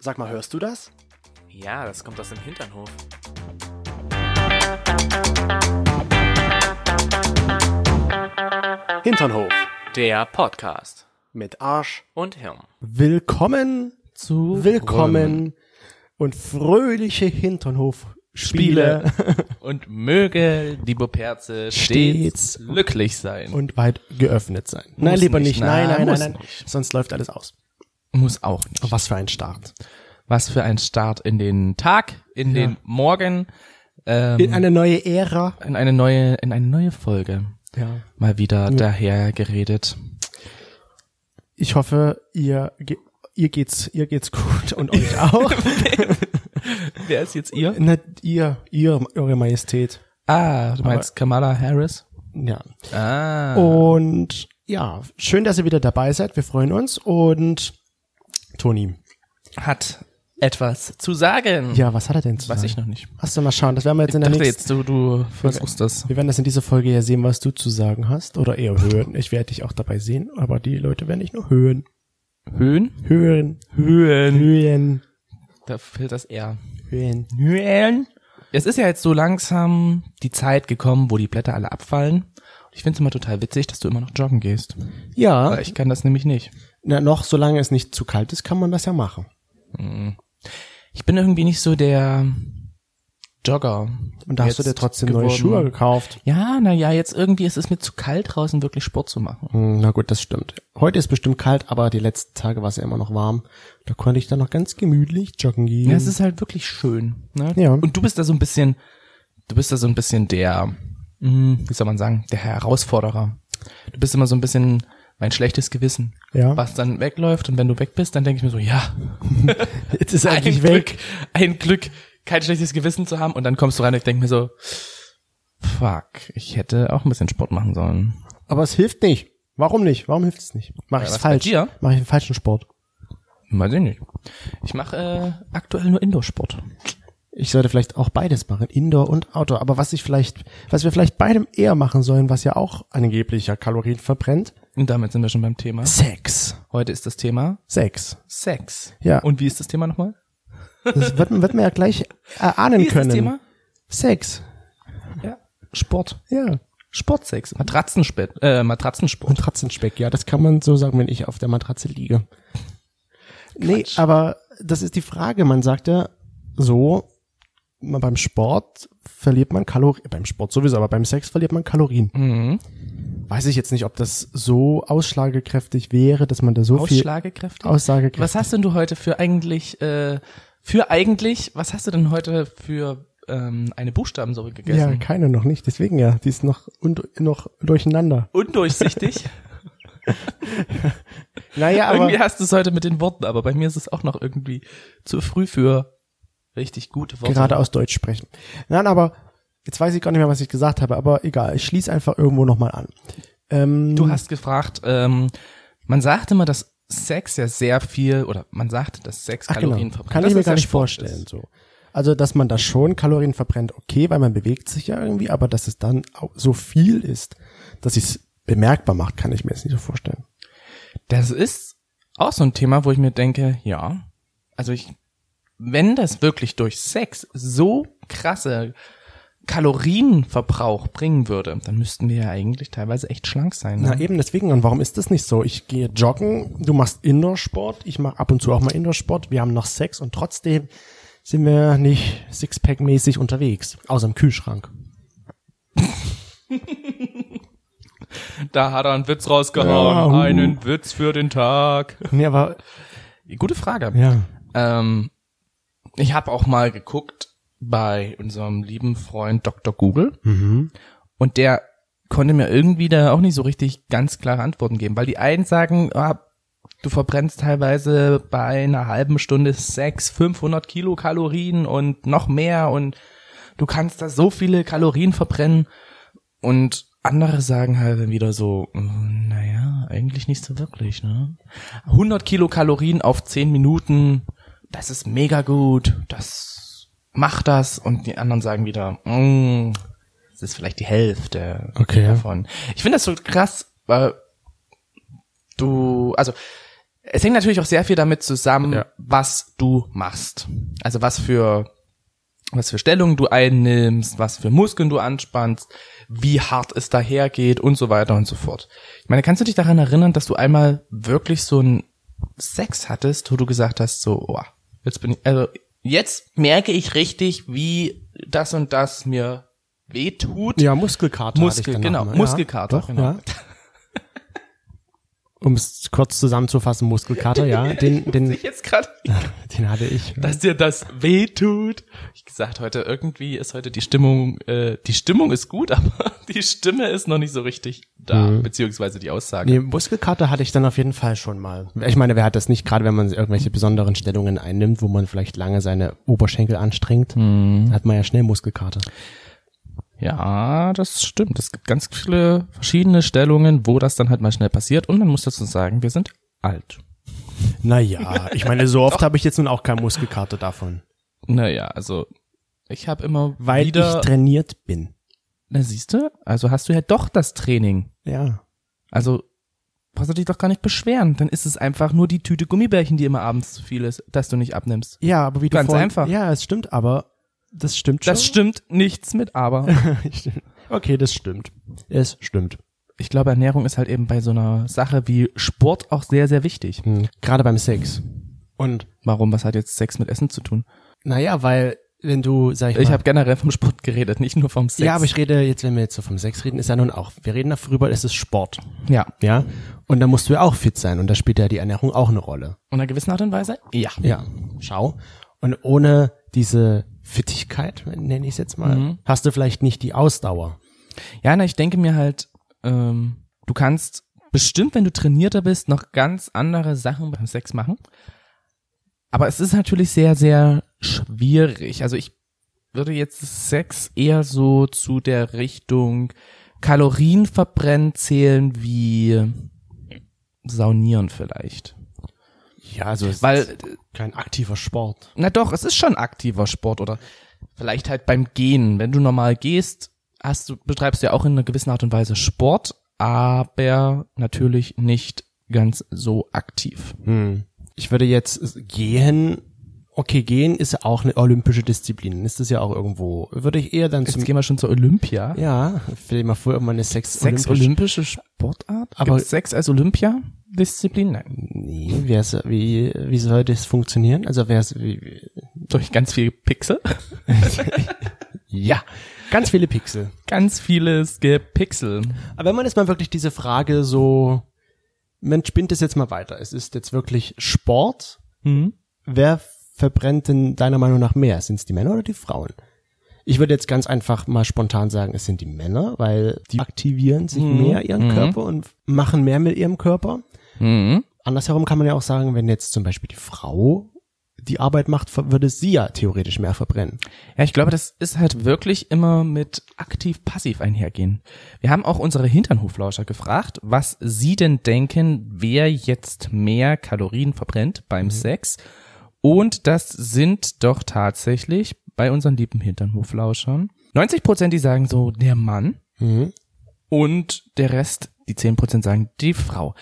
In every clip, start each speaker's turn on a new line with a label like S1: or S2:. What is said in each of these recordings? S1: Sag mal, hörst du das?
S2: Ja, das kommt aus dem Hinternhof.
S1: Hinternhof
S2: Der Podcast
S1: mit Arsch.
S2: und Hirn.
S1: Willkommen,
S3: zu
S1: willkommen und fröhliche Hinternhof-Spiele
S3: Römer. und möge die Boperze stets,
S1: Stets.
S3: glücklich sein.
S1: und weit geöffnet sein. nein, lieber nicht.
S3: nicht.
S1: Nein, nein,
S3: Nein,
S1: nein,
S3: muss
S1: nein. Sonst läuft alles aus.
S3: muss auch nicht.
S1: Was für ein Start.
S3: Was für ein Start in den Tag, in den Morgen, ähm,
S1: In
S3: in,
S1: eine neue Ära.
S3: eine neue, in eine neue Folge.
S1: Ja.
S3: Mal wieder daher geredet.
S1: Ich hoffe, ihr, ge ihr geht's, ihr geht's gut und euch auch.
S3: Wer ist jetzt ihr?
S1: Na, ihr, ihr, eure Majestät.
S3: Ah, du meinst Kamala Harris?
S1: Ja.
S3: Ah.
S1: Und ja, schön, dass ihr wieder dabei seid. Wir freuen uns. Und Toni,
S3: Hat etwas zu sagen.
S1: ja, was hat er denn zu
S3: Weiß
S1: sagen?
S3: ich noch nicht.
S1: Hast du mal schauen, das werden wir jetzt in der
S3: Dachte
S1: nächsten.
S3: jetzt, du, du versuchst das.
S1: Wir werden das in dieser Folge ja sehen, was du zu sagen hast oder eher hören. Ich werde dich auch dabei sehen, aber die Leute werden dich nur hören.
S3: Höhen?
S1: Hören,
S3: Höhen.
S1: hören,
S3: Da fehlt das R.
S1: hören.
S3: Mühlen. Es ist ja jetzt so langsam die Zeit gekommen, wo die Blätter alle abfallen. Und ich find's immer total witzig, dass du immer noch joggen gehst.
S1: Ja,
S3: Weil ich kann das nämlich nicht.
S1: na, noch solange es nicht zu kalt ist, kann man das ja machen.
S3: Ich bin irgendwie nicht so der Jogger.
S1: Und da hast du
S3: jetzt
S1: dir trotzdem neue
S3: geworden.
S1: Schuhe gekauft.
S3: Ja, na ja, jetzt irgendwie ist es mir zu kalt draußen, wirklich Sport zu machen.
S1: Hm, Na gut, das stimmt. Heute ist bestimmt kalt, aber die letzten Tage war es ja immer noch warm. Da konnte ich dann noch ganz gemütlich joggen gehen.
S3: Ja, es ist halt wirklich schön. Ne?
S1: Mhm. Ja.
S3: Und du bist da so ein bisschen, du bist da so ein bisschen der, mh, wie soll man sagen, der Herausforderer. Du bist immer so ein bisschen mein schlechtes Gewissen,
S1: Ja.
S3: was dann wegläuft. Und wenn du weg bist, dann denke ich mir so, ja,
S1: Jetzt ist
S3: ein Glück, ein Glück, kein schlechtes Gewissen zu haben. Und dann kommst du rein und ich denke mir so, fuck, ich hätte auch ein bisschen Sport machen sollen.
S1: Aber es hilft nicht. Warum nicht? Warum hilft es nicht? Mach ich es
S3: was bei
S1: falsch?
S3: dir?
S1: Mach ich einen falschen Sport?
S3: Weiß ich nicht. Ich mache äh, aktuell nur Indoor-Sport.
S1: Ich sollte vielleicht auch beides machen, Indoor und Outdoor. Aber was ich vielleicht, was wir vielleicht beidem eher machen sollen, was ja auch angeblich ja Kalorien verbrennt.
S3: Und damit sind wir schon beim Thema.
S1: Sex.
S3: Heute ist das Thema
S1: Sex.
S3: Sex.
S1: Ja.
S3: Und wie ist das Thema nochmal?
S1: Das wird, man- wird man ja gleich erahnen
S3: Wie ist
S1: können.
S3: das Thema?
S1: Sex.
S3: Ja. Sport.
S1: Ja.
S3: Sportsex. Matratzenspät, äh, Matratzensport.
S1: Matratzenspeck, ja, das kann man so sagen, wenn ich auf der Matratze liege. Nee, aber das ist die Frage. Man sagt ja so, man beim Sport verliert man Kalorien, beim Sport sowieso, aber beim Sex verliert man Kalorien.
S3: Mhm.
S1: Weiß ich jetzt nicht, ob das so ausschlagekräftig wäre, dass man da so viel
S3: Ausschlagekräftig.
S1: aussagekräftig.
S3: Was hast denn du heute für eigentlich, äh, für eigentlich, was hast du denn heute für ähm, eine Buchstabensuppe
S1: ja,
S3: gegessen?
S1: keine noch nicht. Deswegen ja, die ist noch und noch durcheinander.
S3: Undurchsichtig.
S1: Naja, aber
S3: irgendwie hast du es heute mit den Worten, aber bei mir ist es auch noch irgendwie zu früh für richtig gute Worte.
S1: gerade aus Deutsch sprechen. Nein, aber jetzt weiß ich gar nicht mehr, was ich gesagt habe, aber egal. Ich schließe einfach irgendwo nochmal an. Ähm,
S3: Du hast gefragt, ähm, man sagt immer, dass Sex ja sehr viel, oder man sagt, dass Sex
S1: Ach,
S3: Kalorien
S1: genau.
S3: verbrennt.
S1: Kann
S3: dass
S1: ich mir
S3: es
S1: gar
S3: ja
S1: nicht
S3: Sport
S1: vorstellen.
S3: ist.
S1: So. Also, dass man da schon Kalorien verbrennt, okay, weil man bewegt sich ja irgendwie, aber dass es dann auch so viel ist, dass es bemerkbar macht, kann ich mir jetzt nicht so vorstellen.
S3: Das ist auch so ein Thema, wo ich mir denke, ja, also ich, wenn das wirklich durch Sex so krasse Kalorienverbrauch bringen würde, dann müssten wir ja eigentlich teilweise echt schlank sein. Ne?
S1: Na eben deswegen, und warum ist das nicht so? Ich gehe joggen, du machst Indoor-Sport, ich mache ab und zu auch mal Indoor-Sport, wir haben noch Sex und trotzdem sind wir nicht Sixpack-mäßig unterwegs, außer im Kühlschrank.
S3: Da hat er einen Witz rausgehauen.
S1: Ja, uh.
S3: Einen Witz für den Tag.
S1: Nee, aber,
S3: Gute Frage.
S1: ja.
S3: Ähm, ich habe auch mal geguckt bei unserem lieben Freund Dr. Google
S1: Mhm.
S3: und der konnte mir irgendwie da auch nicht so richtig ganz klare Antworten geben, weil die einen sagen, ah, du verbrennst teilweise bei einer halben Stunde Sex 500 Kilokalorien und noch mehr und du kannst da so viele Kalorien verbrennen und andere sagen halt dann wieder so, mm, naja, eigentlich nicht so wirklich, ne? 100 Kilokalorien auf 10 Minuten, das ist mega gut, das macht das. Und die anderen sagen wieder, mm, das ist vielleicht die Hälfte
S1: Okay.
S3: davon. Ich finde das so krass, weil du, also Es hängt natürlich auch sehr viel damit zusammen,
S4: Ja.
S3: was du machst. Also was für was für Stellung du einnimmst, was für Muskeln du anspannst, wie hart es dahergeht und so weiter und so fort. Ich meine, kannst du dich daran erinnern, dass du einmal wirklich so einen Sex hattest, wo du gesagt hast, so, oh, jetzt bin ich, also jetzt merke ich richtig, wie das und das mir wehtut.
S1: Ja, Muskelkater.
S3: Muskel, genau,
S1: mal,
S3: Muskelkater,
S1: Ja, doch,
S3: genau.
S1: ja. Um es kurz zusammenzufassen, Muskelkater, ja, den, den,
S3: Ich jetzt gerade
S1: den hatte ich.
S3: dass dir das wehtut. Ich gesagt heute irgendwie ist heute die Stimmung, äh, die Stimmung ist gut, aber die Stimme ist noch nicht so richtig da,
S1: Mhm.
S3: beziehungsweise die Aussage.
S1: Nee, Muskelkater hatte ich dann auf jeden Fall schon mal. Ich meine, wer hat das nicht, gerade wenn man irgendwelche besonderen Stellungen einnimmt, wo man vielleicht lange seine Oberschenkel anstrengt, hat man ja schnell Muskelkater.
S3: Ja, das stimmt. Es gibt ganz viele verschiedene Stellungen, wo das dann halt mal schnell passiert. Und man muss dazu sagen, wir sind alt.
S1: Naja, ich meine, so oft habe ich jetzt nun auch keinen Muskelkater davon.
S3: Naja, also ich habe immer
S1: Weil
S3: wieder.
S1: ich trainiert bin.
S3: Na siehst du, also hast du ja doch das Training.
S1: Ja.
S3: Also brauchst du dich doch gar nicht beschweren. Dann ist es einfach nur die Tüte Gummibärchen, die immer abends zu viel ist, dass du nicht abnimmst.
S1: Ja, aber wie du
S3: Ganz
S1: vorhin,
S3: einfach.
S1: Ja, es stimmt, aber das stimmt schon.
S3: Das stimmt nichts mit aber.
S1: stimmt. okay, das stimmt. Es stimmt.
S3: Ich glaube, Ernährung ist halt eben bei so einer Sache wie Sport auch sehr, sehr wichtig.
S1: Hm. Gerade beim Sex. Und
S3: Warum? Was hat jetzt Sex mit Essen zu tun?
S1: naja, weil wenn du, sag ich,
S3: Ich
S1: mal,
S3: habe generell vom Sport geredet, nicht nur vom Sex.
S1: ja, aber ich rede jetzt, wenn wir jetzt so vom Sex reden, ist ja nun auch, wir reden darüber, es ist Sport.
S3: ja.
S1: Ja. Und da musst du ja auch fit sein. Und da spielt ja die Ernährung auch eine Rolle.
S3: Und einer gewissen Art und Weise? Ja.
S1: Ja. Schau. Und ohne diese Fittigkeit, nenne ich es jetzt mal, hast du vielleicht nicht die Ausdauer.
S3: Ja, na, ich denke mir halt, ähm, du kannst bestimmt, wenn du trainierter bist, noch ganz andere Sachen beim Sex machen. Aber es ist natürlich sehr, sehr schwierig. Also ich würde jetzt Sex eher so zu der Richtung Kalorien verbrennen zählen wie saunieren vielleicht.
S1: Ja, also es
S3: Weil
S1: ist kein aktiver Sport.
S3: na doch, es ist schon aktiver Sport oder vielleicht halt beim Gehen. Wenn du normal gehst, hast du, betreibst du ja auch in einer gewissen Art und Weise Sport, aber natürlich nicht ganz so aktiv.
S1: Hm. Ich würde jetzt gehen. Okay, gehen ist ja auch eine olympische Disziplin. Ist das ja auch irgendwo. Würde ich eher dann
S3: Jetzt
S1: zum.
S3: gehen wir schon zur Olympia.
S1: Ja, stell dir mal vor, irgendwann ist Sex.
S3: Sechs
S1: olympisch.
S3: olympische Sportart?
S1: Aber-
S3: Gibt's Sex als Olympia-Disziplin? Nein.
S1: Nee, wer ist, wie, wie soll das funktionieren? Also wer ist, wie, wie,
S3: Durch ganz viele Pixel?
S1: ja, ganz viele Pixel.
S3: Ganz vieles Gepixel.
S1: Aber wenn man jetzt mal wirklich diese Frage so, man spinnt es jetzt mal weiter. Es ist jetzt wirklich Sport.
S3: Mhm.
S1: Wer verbrennt denn deiner Meinung nach mehr? Sind es die Männer oder die Frauen? Ich würde jetzt ganz einfach mal spontan sagen, es sind die Männer, weil die aktivieren sich mehr ihren Körper und machen mehr mit ihrem Körper.
S3: Mhm.
S1: Andersherum kann man ja auch sagen, wenn jetzt zum Beispiel die Frau die Arbeit macht, ver- würde sie ja theoretisch mehr verbrennen.
S3: Ja, ich glaube, das ist halt wirklich immer mit aktiv-passiv einhergehen. Wir haben auch unsere Hinternhoflauscher gefragt, was sie denn denken, wer jetzt mehr Kalorien verbrennt beim Sex. Und das sind doch tatsächlich bei unseren lieben Hinternhoflauschern 90 Prozent, die sagen so, der Mann. Und der Rest, die 10 Prozent sagen, die Frau.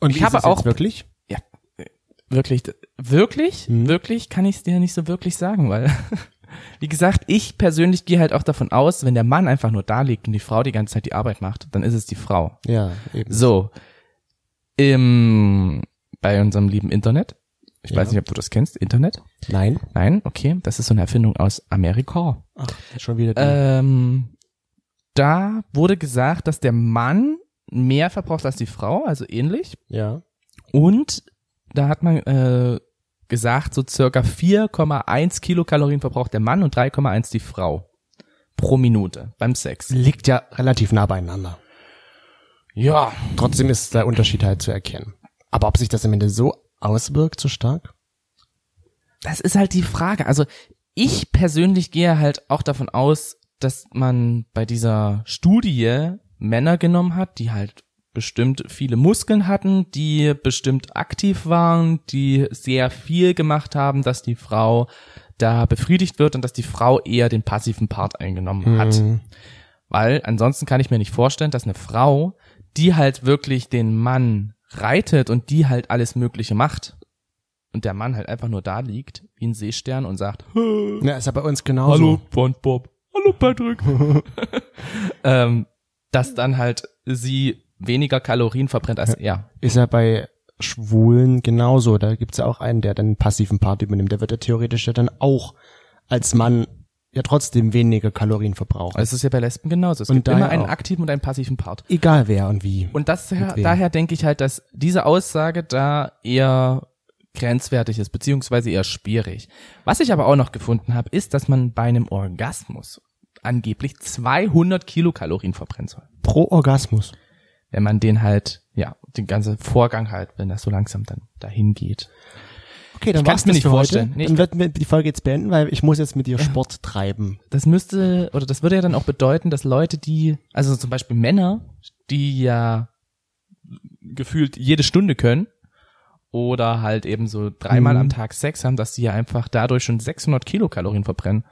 S1: Und
S3: Ich
S1: wie ist
S3: habe
S1: es jetzt
S3: auch-
S1: wirklich.
S3: Ja, äh, wirklich, d- wirklich, wirklich kann ich es dir nicht so wirklich sagen, weil, wie gesagt, ich persönlich gehe halt auch davon aus, wenn der Mann einfach nur da liegt und die Frau die ganze Zeit die Arbeit macht, dann ist es die Frau.
S1: Ja, eben.
S3: So, im, bei unserem lieben Internet, ich
S1: Ja.
S3: weiß nicht, ob du das kennst, Internet?
S1: Nein.
S3: Nein, okay, das ist so eine Erfindung aus Amerika.
S1: Ach, schon wieder. die-
S3: Ähm, da wurde gesagt, dass der Mann mehr verbraucht als die Frau, also ähnlich.
S1: ja.
S3: Und da hat man äh, gesagt, so circa 4,1 Kilokalorien verbraucht der Mann und 3,1 die Frau pro Minute beim Sex.
S1: liegt ja relativ nah beieinander.
S3: Ja.
S1: Trotzdem ist der Unterschied halt zu erkennen. Aber ob sich das am Ende so auswirkt, so stark?
S3: Das ist halt die Frage. Also ich persönlich gehe halt auch davon aus, dass man bei dieser Studie Männer genommen hat, die halt bestimmt viele Muskeln hatten, die bestimmt aktiv waren, die sehr viel gemacht haben, dass die Frau da befriedigt wird und dass die Frau eher den passiven Part eingenommen
S1: Mhm.
S3: hat. Weil ansonsten kann ich mir nicht vorstellen, dass eine Frau, die halt wirklich den Mann reitet und die halt alles Mögliche macht und der Mann halt einfach nur da liegt wie ein Seestern und sagt, "Also,
S1: Ja, ist ja bei uns genauso.
S3: Hallo, Bond Bob. Hallo, Patrick. ähm, dass dann halt sie weniger Kalorien verbrennt als er.
S1: Ist ja bei Schwulen genauso. Da gibt's ja auch einen, der dann einen passiven Part übernimmt. Der wird ja theoretisch ja dann auch als Mann ja trotzdem weniger Kalorien verbrauchen.
S3: Also es ist ja bei Lesben genauso. Es
S1: Und
S3: gibt immer
S1: daher
S3: einen
S1: auch.
S3: aktiven und einen passiven Part.
S1: Egal wer und wie.
S3: Und das,
S1: wem.
S3: daher denke ich halt, dass diese Aussage da eher grenzwertig ist, beziehungsweise eher schwierig. Was ich aber auch noch gefunden habe, ist, dass man bei einem Orgasmus angeblich 200 Kilokalorien verbrennen soll.
S1: pro Orgasmus.
S3: wenn man den halt, ja, den ganzen Vorgang halt, wenn das so langsam dann dahin geht.
S1: Okay, dann
S3: Ich
S1: war's
S3: kann's mir
S1: das
S3: nicht
S1: für
S3: vorstellen.
S1: Heute.
S3: Nee, ich
S1: dann werden wir die Folge jetzt beenden, weil ich muss jetzt mit dir Sport treiben.
S3: Das müsste, oder das würde ja dann auch bedeuten, dass Leute, die, also zum Beispiel Männer, die ja gefühlt jede Stunde können, oder halt eben so dreimal
S1: Mhm.
S3: am Tag Sex haben, dass die ja einfach dadurch schon 600 Kilokalorien verbrennen,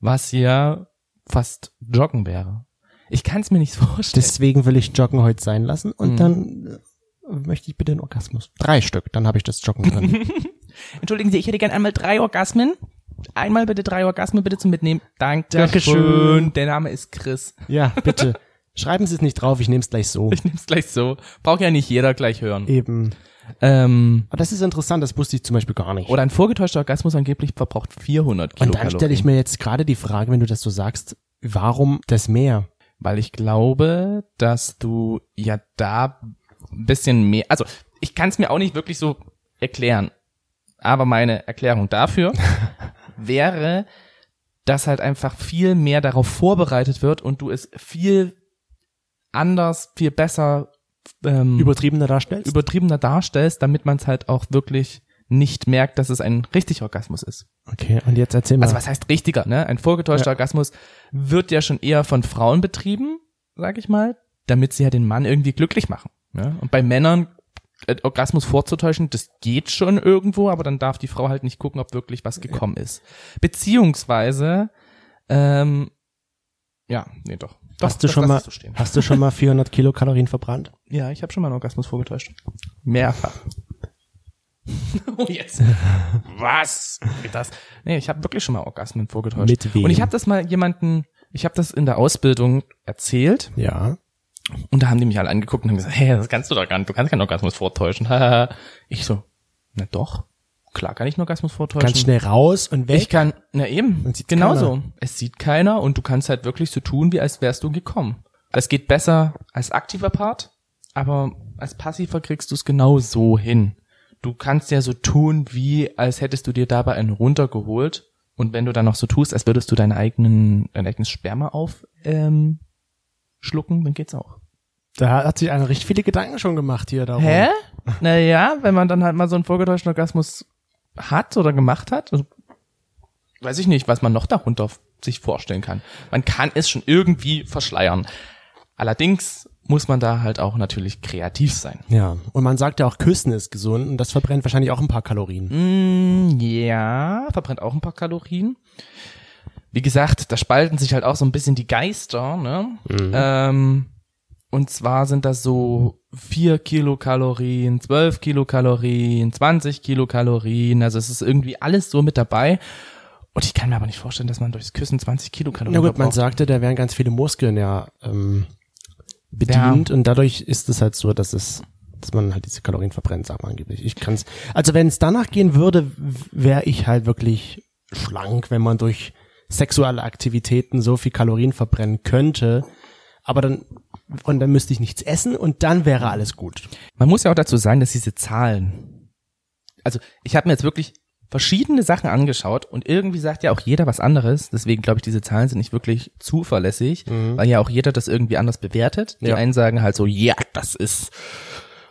S3: was ja fast Joggen wäre. Ich kann es mir nicht vorstellen.
S1: Deswegen will ich Joggen heute sein lassen und
S3: Mhm.
S1: dann äh, möchte ich bitte einen Orgasmus. Drei Stück, dann habe ich das Joggen drin.
S3: Entschuldigen Sie, ich hätte gern einmal drei Orgasmen. Einmal bitte drei Orgasmen bitte zum Mitnehmen. Dankeschön.
S1: Dankeschön.
S3: Der Name ist Chris.
S1: ja, bitte. Schreiben Sie es nicht drauf, ich nehme es gleich so.
S3: Ich nehme es gleich so. Braucht ja nicht jeder gleich hören.
S1: Eben.
S3: Ähm,
S1: Aber das ist interessant, das wusste ich zum Beispiel gar nicht.
S3: oder ein vorgetäuschter Orgasmus angeblich verbraucht 400
S1: und
S3: Kilokalorien.
S1: dann stelle ich mir jetzt gerade die Frage, wenn du das so sagst, warum das Meer?
S3: Weil ich glaube, dass du ja da ein bisschen mehr, also ich kann es mir auch nicht wirklich so erklären, aber meine Erklärung dafür wäre, dass halt einfach viel mehr darauf vorbereitet wird und du es viel anders, viel besser ähm,
S1: Übertriebener darstellst?
S3: übertriebener darstellst, damit man es halt auch wirklich nicht merkt, dass es ein richtiger Orgasmus ist.
S1: okay, und jetzt erzähl mal.
S3: Also was heißt richtiger, ne? Ein vorgetäuschter
S1: Ja.
S3: Orgasmus wird ja schon eher von Frauen betrieben, sag ich mal, damit sie ja den Mann irgendwie glücklich machen. Ne? Und bei Männern äh, Orgasmus vorzutäuschen, das geht schon irgendwo, aber dann darf die Frau halt nicht gucken, ob wirklich was gekommen ist. Beziehungsweise, ähm, ja, nee, doch. doch
S1: hast, du
S3: das
S1: schon
S3: lass
S1: mal,
S3: ich so stehen.
S1: hast du schon mal 400 Kilokalorien verbrannt?
S3: Ja, ich habe schon mal einen Orgasmus vorgetäuscht. Mehrfach. oh, jetzt. Was? Geht Das? Nee, ich habe wirklich schon mal Orgasmen vorgetäuscht.
S1: Mit wem?
S3: Und ich habe das mal jemanden, ich habe das in der Ausbildung erzählt
S1: Ja.
S3: und da haben die mich alle angeguckt und haben gesagt, hey, das kannst du doch gar nicht, du kannst keinen Orgasmus vortäuschen. ich so, na doch, klar kann ich einen Orgasmus vortäuschen.
S1: Ganz schnell raus und weg.
S3: Ich kann, na eben,
S1: Man sieht
S3: genauso. Es sieht keiner und du kannst halt wirklich so tun, wie als wärst du gekommen. Das geht besser als aktiver Part, aber als passiver kriegst du es genau so hin. Du kannst ja so tun, wie als hättest du dir dabei einen runtergeholt und wenn du dann noch so tust, als würdest du deinen eigenen, dein eigenes Sperma auf ähm, schlucken, dann geht's auch.
S1: Da hat sich einer richtig viele Gedanken schon gemacht hier darum.
S3: Hä? Naja, wenn man dann halt mal so einen vorgetäuschten Orgasmus hat oder gemacht hat, also, weiß ich nicht, was man noch darunter f- sich vorstellen kann. Man kann es schon irgendwie verschleiern. Allerdings muss man da halt auch natürlich kreativ sein.
S1: Ja, und man sagt ja auch, Küssen ist gesund und das verbrennt wahrscheinlich auch ein paar Kalorien.
S3: Mm, ja, verbrennt auch ein paar Kalorien. Wie gesagt, da spalten sich halt auch so ein bisschen die Geister, ne?
S1: Mhm.
S3: Ähm, und zwar sind das so 4 Kilokalorien, 12 Kilokalorien, 20 Kilokalorien. Also es ist irgendwie alles so mit dabei. Und ich kann mir aber nicht vorstellen, dass man durchs Küssen 20 Kilokalorien
S1: Na gut, man
S3: verbraucht.
S1: sagte, da wären ganz viele Muskeln ja ähm, bedient und dadurch ist es halt so, dass es dass man halt diese Kalorien verbrennt, sagt man angeblich. Ich kann's. Also wenn es danach gehen würde, wäre ich halt wirklich schlank, wenn man durch sexuelle Aktivitäten so viel Kalorien verbrennen könnte. Aber dann und dann müsste ich nichts essen und dann wäre alles gut.
S3: Man muss ja auch dazu sagen, dass diese Zahlen, also ich habe mir jetzt wirklich verschiedene Sachen angeschaut und irgendwie sagt ja auch jeder was anderes. Deswegen glaube ich, diese Zahlen sind nicht wirklich zuverlässig, weil ja auch jeder das irgendwie anders bewertet. Die
S1: Ja.
S3: einen sagen halt so, ja, das ist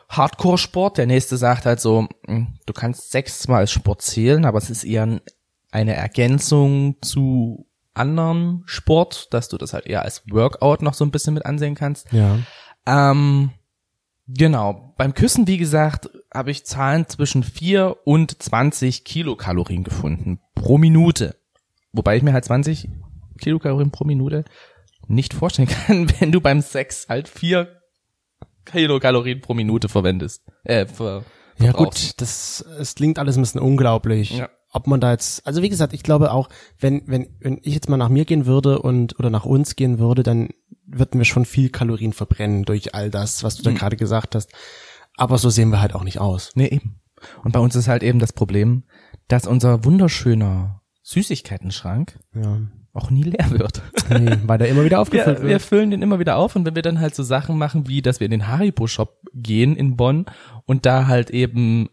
S3: Hardcore-Sport. Der nächste sagt halt so, "Mm, du kannst sechsmal als Sport zählen, aber es ist eher ein- eine Ergänzung zu anderen Sport, dass du das halt eher als Workout noch so ein bisschen mit ansehen kannst.
S1: Ja.
S3: Ähm, genau. Beim Küssen, wie gesagt, habe ich Zahlen zwischen 4 und 20 Kilokalorien gefunden pro Minute. Wobei ich mir halt 20 Kilokalorien pro Minute nicht vorstellen kann, wenn du beim Sex halt 4 Kilokalorien pro Minute verwendest. Äh, ver
S1: Ja
S3: verbrauchst.
S1: gut, das, es klingt alles ein bisschen unglaublich.
S3: Ja.
S1: Ob man da jetzt, also wie gesagt, ich glaube auch, wenn, wenn, wenn ich jetzt mal nach mir gehen würde und oder nach uns gehen würde, dann würden wir schon viel Kalorien verbrennen durch all das, was du da
S3: Mhm.
S1: gerade gesagt hast. Aber so sehen wir halt auch nicht aus.
S3: Nee, eben. Und bei uns ist halt eben das Problem, dass unser wunderschöner Süßigkeitenschrank
S1: Ja.
S3: auch nie leer wird.
S1: Nee, weil da immer wieder aufgefüllt
S3: Wir, wir
S1: wird.
S3: füllen den immer wieder auf und wenn wir dann halt so Sachen machen, wie dass wir in den Haribo-Shop gehen in Bonn und da halt eben,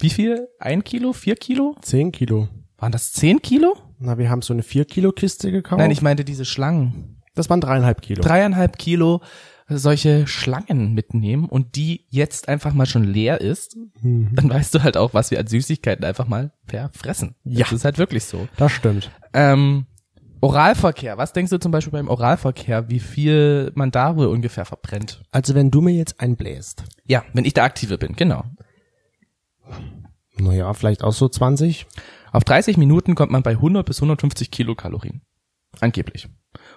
S3: wie viel? Ein Kilo? Vier Kilo?
S1: Zehn Kilo.
S3: Waren das zehn Kilo?
S1: Na, wir haben so eine vier Kilo Kiste gekauft.
S3: Nein, ich meinte diese Schlangen.
S1: das waren dreieinhalb Kilo.
S3: dreieinhalb Kilo solche Schlangen mitnehmen und die jetzt einfach mal schon leer ist, dann weißt du halt auch, was wir an Süßigkeiten einfach mal verfressen.
S1: Ja.
S3: Das ist halt wirklich so.
S1: Das stimmt.
S3: Ähm, Oralverkehr. Was denkst du zum Beispiel beim Oralverkehr, wie viel man da wohl ungefähr verbrennt?
S1: Also wenn du mir jetzt einbläst.
S3: Ja, wenn ich der Aktive bin, genau.
S1: Naja, vielleicht auch so 20.
S3: Auf 30 Minuten kommt man bei 100 bis 150 Kilokalorien. Angeblich.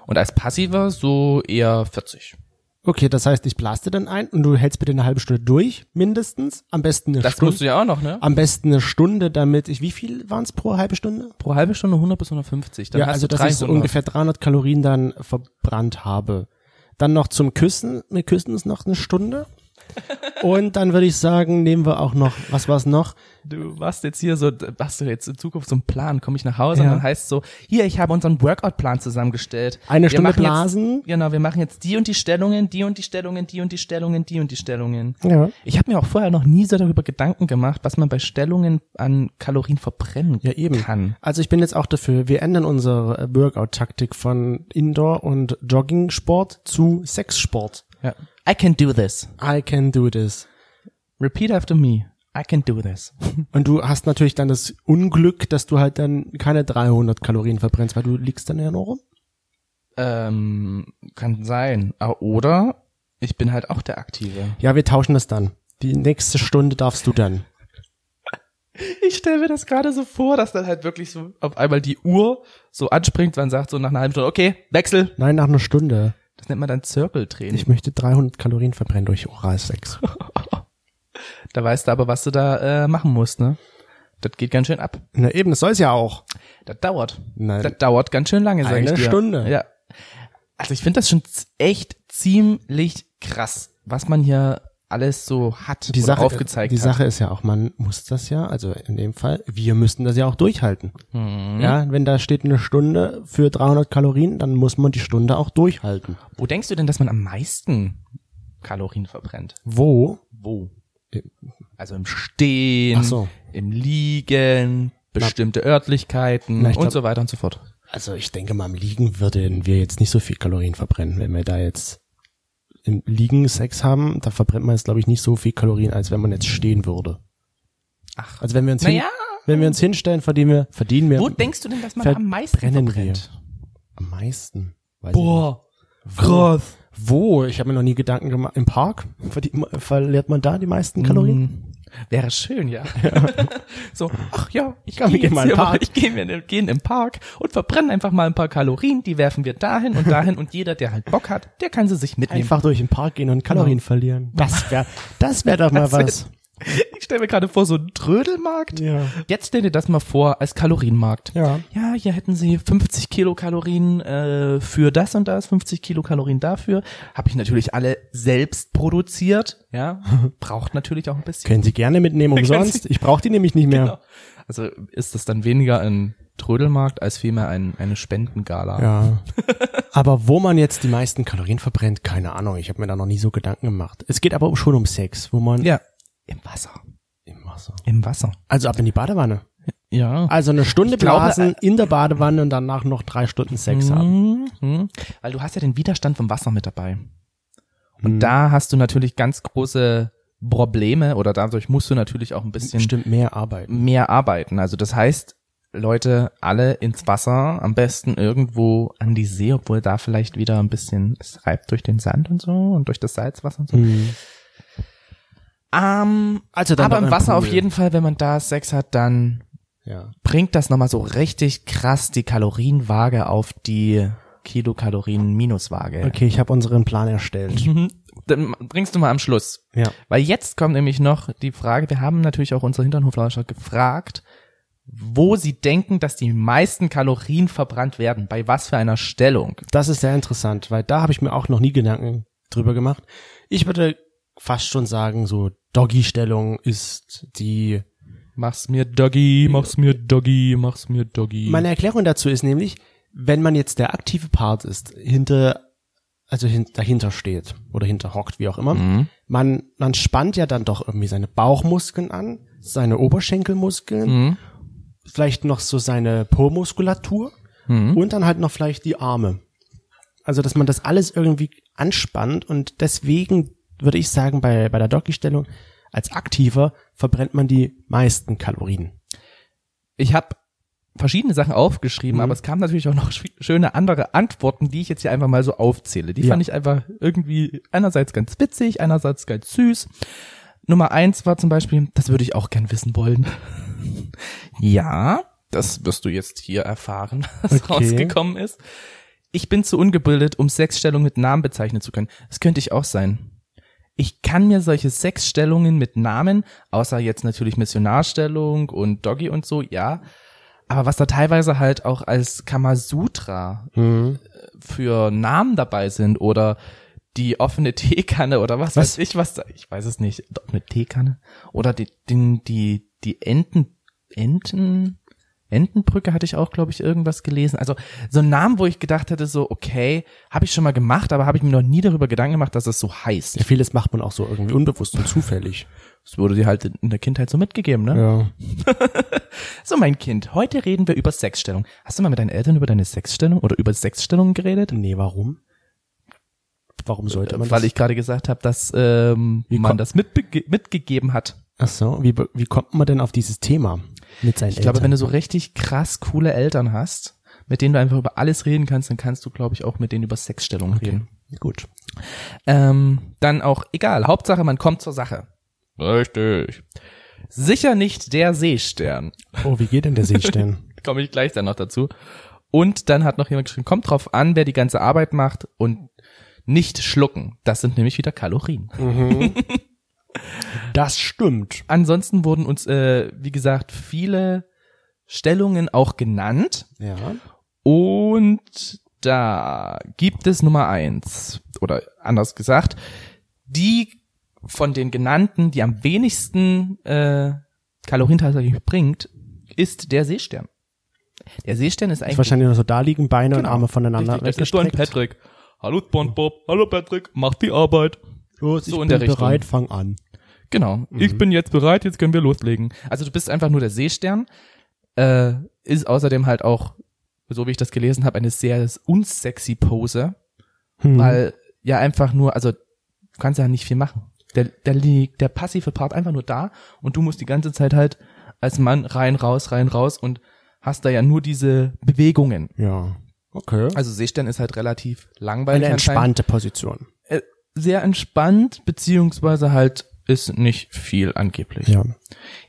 S3: Und als Passiver so eher 40.
S1: Okay, das heißt, ich blaste dann ein und du hältst bitte eine halbe Stunde durch, mindestens. Am besten eine
S3: Das
S1: Stunde.
S3: musst du ja auch noch, ne?
S1: Am besten eine Stunde, damit ich, wie viel waren es pro halbe Stunde?
S3: Pro halbe Stunde 100 bis 150. Dann
S1: ja,
S3: hast
S1: also
S3: du
S1: dass
S3: 300.
S1: ich so ungefähr 300 Kalorien dann verbrannt habe. Dann noch zum Küssen. Mit Küssen ist noch eine Stunde. Und dann würde ich sagen, nehmen wir auch noch, was war's noch?
S3: Du machst jetzt hier so, machst du jetzt in Zukunft so einen Plan, komme ich nach Hause
S1: Ja.
S3: und dann heißt so, hier, ich habe unseren Workout-Plan zusammengestellt.
S1: Eine
S3: Wir
S1: Stunde
S3: machen
S1: Blasen.
S3: Jetzt, genau, wir machen jetzt die und die Stellungen, die und die Stellungen, die und die Stellungen, die und die Stellungen.
S1: Ja.
S3: Ich habe mir auch vorher noch nie so darüber Gedanken gemacht, was man bei Stellungen an Kalorien verbrennen
S1: Ja, eben.
S3: kann.
S1: Also ich bin jetzt auch dafür, wir ändern unsere äh, Workout-Taktik von Indoor- und Jogging-Sport zu Sexsport.
S3: Ja. I can do this.
S1: I can do this.
S3: Repeat after me. I can do this.
S1: Und du hast natürlich dann das Unglück, dass du halt dann keine 300 Kalorien verbrennst, weil du liegst dann ja nur rum.
S3: ähm, kann sein. Ah, Oder ich bin halt auch der Aktive.
S1: Ja, wir tauschen das dann. Die nächste Stunde darfst du dann.
S3: Ich stelle mir das gerade so vor, dass dann halt wirklich so auf einmal die Uhr so anspringt, man sagt so nach einer halben Stunde, okay, Wechsel.
S1: Nein, nach einer Stunde.
S3: Das nennt man dann Zirkeltraining.
S1: Ich möchte 300 Kalorien verbrennen durch Oralsex.
S3: Da weißt du aber, was du da äh, machen musst, ne? Das geht ganz schön ab.
S1: Na eben, das soll's ja auch.
S3: Das dauert.
S1: Nein.
S3: Das dauert ganz schön lange, sag ich
S1: Eine
S3: dir.
S1: Stunde.
S3: Ja. Also ich finde das schon z- echt ziemlich krass, was man hier alles so hat
S1: Die
S3: oder
S1: Sache,
S3: aufgezeigt
S1: die
S3: hat.
S1: Sache ist ja auch, man muss das ja, also in dem Fall, wir müssten das ja auch durchhalten.
S3: Mhm.
S1: Ja, wenn da steht eine Stunde für 300 Kalorien, dann muss man die Stunde auch durchhalten.
S3: Wo denkst du denn, dass man am meisten Kalorien verbrennt?
S1: Wo?
S3: Wo?
S1: Im-
S3: Also im Stehen,
S1: Äh, Ach so.
S3: im Liegen, bestimmte Örtlichkeiten
S1: Na,
S3: und
S1: ich glaub-
S3: so weiter und so fort.
S1: Also ich denke mal, im Liegen würden wir jetzt nicht so viel Kalorien verbrennen. Wenn wir da jetzt im Liegen Sex haben, da verbrennt man jetzt, glaube ich, nicht so viel Kalorien, als wenn man jetzt stehen würde.
S3: Ach,
S1: Also wenn wir uns, hin,
S3: Naja. ähm,
S1: wenn wir uns hinstellen, verdienen wir, verdienen wir
S3: wo denkst du denn, dass man
S1: Ver-
S3: am meisten
S1: brennen wir.
S3: verbrennt?
S1: am meisten. Weiß ich
S3: Boah,
S1: nicht.
S3: krass.
S1: Wo? Ich habe mir noch nie Gedanken gemacht. Im Park verdient man- verliert man da die meisten Kalorien?
S3: Kalorien. Mm, Wäre schön, ja. so, ach ja, ich
S1: Komm, wir
S3: gehe
S1: gehen mal in
S3: mal
S1: den Park.
S3: Ich gehe wir gehen im Park und verbrennen einfach mal ein paar Kalorien, die werfen wir dahin und dahin und jeder, der halt Bock hat, der kann sie sich mitnehmen.
S1: Einfach durch den Park gehen und
S3: Genau.
S1: Kalorien verlieren. Das wäre das wär doch mal
S3: Das wär-
S1: was.
S3: Ich stelle mir gerade vor, so einen Trödelmarkt.
S1: Ja.
S3: Jetzt stell dir das mal vor als Kalorienmarkt.
S1: Ja.
S3: Ja, hier hätten sie 50 Kilokalorien äh, für das und das, 50 Kilokalorien dafür. Habe ich natürlich alle selbst produziert. Ja, braucht natürlich auch ein bisschen.
S1: Können Sie gerne mitnehmen umsonst. Ich brauche die nämlich nicht mehr.
S3: Also ist das dann weniger ein Trödelmarkt als vielmehr ein, eine Spendengala.
S1: Ja. aber wo man jetzt die meisten Kalorien verbrennt, keine Ahnung. Ich habe mir da noch nie so Gedanken gemacht. Es geht aber schon um Sex, wo man
S3: ja. Im Wasser.
S1: im Wasser.
S3: Im Wasser.
S1: Also ab in die Badewanne.
S3: Ja.
S1: Also eine Stunde
S3: Ich glaube,
S1: blasen in der Badewanne und danach noch drei Stunden
S3: Also.
S1: Sex haben.
S3: Mhm. Weil du hast ja den Widerstand vom Wasser mit dabei. Und da hast du natürlich ganz große Probleme oder dadurch musst du natürlich auch ein bisschen
S1: Bestimmt mehr Arbeit.
S3: mehr arbeiten. Also das heißt, Leute, alle ins Wasser, am besten irgendwo an die See, obwohl da vielleicht wieder ein bisschen, es reibt durch den Sand und so und durch das Salzwasser und so.
S1: Mhm.
S3: Ähm,
S1: Also dann
S3: aber
S1: doch
S3: im
S1: ein
S3: Wasser auf
S1: Pool.
S3: jeden Fall, wenn man da Sex hat, dann
S1: Ja.
S3: bringt das nochmal so richtig krass die Kalorienwaage auf die Kilokalorien-Minuswaage.
S1: Okay, ich habe unseren Plan erstellt.
S3: Mhm. dann bringst du mal am Schluss.
S1: Ja.
S3: Weil jetzt kommt nämlich noch die Frage, wir haben natürlich auch unsere Hinternhoflauscher gefragt, wo sie denken, dass die meisten Kalorien verbrannt werden, bei was für einer Stellung.
S1: Das ist sehr interessant, weil da habe ich mir auch noch nie Gedanken drüber gemacht. Ich würde fast schon sagen, so Doggy-Stellung ist die.
S3: Mach's mir Doggy, mach's mir Doggy, mach's mir Doggy.
S1: Meine Erklärung dazu ist nämlich, wenn man jetzt der aktive Part ist, hinter, also hin, dahinter steht oder hinter hockt, wie auch immer,
S3: Mhm.
S1: man, man spannt ja dann doch irgendwie seine Bauchmuskeln an, seine Oberschenkelmuskeln,
S3: Mhm.
S1: vielleicht noch so seine Po-Muskulatur
S3: Mhm.
S1: und dann halt noch vielleicht die Arme. Also, dass man das alles irgendwie anspannt und deswegen würde ich sagen, bei, bei der Doggy-Stellung als Aktiver verbrennt man die meisten Kalorien.
S3: Ich habe verschiedene Sachen aufgeschrieben,
S1: Mhm.
S3: aber es kamen natürlich auch noch schwi- schöne andere Antworten, die ich jetzt hier einfach mal so aufzähle. Die
S1: Ja.
S3: fand ich einfach irgendwie einerseits ganz witzig, einerseits ganz süß. Nummer eins war zum Beispiel, das würde ich auch gern wissen wollen. ja, das wirst du jetzt hier erfahren, was
S1: Okay.
S3: rausgekommen ist. Ich bin zu ungebildet, um Sexstellungen mit Namen bezeichnen zu können. Das könnte ich auch sein. Ich kann mir solche Sexstellungen mit Namen, außer jetzt natürlich Missionarstellung und Doggy und so, ja. Aber was da teilweise halt auch als Kamasutra
S1: Mhm.
S3: für Namen dabei sind oder die offene Teekanne oder was,
S1: Was?
S3: weiß ich, was da, ich weiß es nicht, die offene Teekanne oder die, die, die, die Enten, Enten, Entenbrücke hatte ich auch, glaube ich, irgendwas gelesen. Also so einen Namen, wo ich gedacht hätte, so, okay, habe ich schon mal gemacht, aber habe ich mir noch nie darüber Gedanken gemacht, dass es so heißt.
S1: Ja, vieles macht man auch so irgendwie unbewusst und zufällig.
S3: Das wurde dir halt in der Kindheit so mitgegeben, ne?
S1: Ja.
S3: So, mein Kind, heute reden wir über Sexstellung. Hast du mal mit deinen Eltern über deine Sexstellung oder über Sexstellungen geredet?
S1: Nee, warum? Warum sollte Hm, man
S3: Äh, Weil
S1: das?
S3: ich gerade gesagt habe, dass ähm, man
S1: kommt-
S3: das mitbege- mitgegeben hat.
S1: Ach so, wie, be- wie kommt man denn auf dieses Thema mit seinen
S3: Ich glaube,
S1: Eltern?
S3: wenn du so richtig krass coole Eltern hast, mit denen du einfach über alles reden kannst, dann kannst du, glaube ich, auch mit denen über Sexstellungen reden.
S1: Gut.
S3: Ähm, dann auch egal. Hauptsache, man kommt zur Sache. Richtig. Sicher nicht der Seestern.
S1: Oh, wie geht denn der Seestern?
S3: komme ich gleich dann noch dazu. Und dann hat noch jemand geschrieben, kommt drauf an, wer die ganze Arbeit macht und nicht schlucken. Das sind nämlich wieder Kalorien. Mhm.
S1: das stimmt.
S3: Ansonsten wurden uns, äh, wie gesagt, viele Stellungen auch genannt.
S1: Ja.
S3: Und da gibt es Nummer eins, oder anders gesagt, die von den genannten, die am wenigsten äh, Kalorien tatsächlich bringt, ist der Seestern. Der Seestern ist
S1: Ist
S3: eigentlich
S1: wahrscheinlich nur so da liegen Beine und Arme voneinander
S3: Genau. Richtig, das ist Don
S1: weggestreckt.
S3: Patrick. Hallo Don Bob, hallo Patrick, mach die Arbeit.
S1: Los,
S3: So
S1: ich
S3: in
S1: bin
S3: der Richtung.
S1: bereit, fang an.
S3: Genau, ich bin jetzt bereit, jetzt können wir loslegen. Also du bist einfach nur der Seestern, äh, ist außerdem halt auch, so wie ich das gelesen habe, eine sehr unsexy Pose,
S1: Hm.
S3: weil ja einfach nur, also du kannst ja nicht viel machen. Der, der liegt, der passive Part einfach nur da und du musst die ganze Zeit halt als Mann rein, raus, rein, raus und hast da ja nur diese Bewegungen.
S1: ja. Okay.
S3: Also Seestern ist halt relativ langweilig.
S1: Eine
S3: anscheinend.
S1: entspannte Position.
S3: äh, sehr entspannt, beziehungsweise halt ist nicht viel angeblich.
S1: Ja.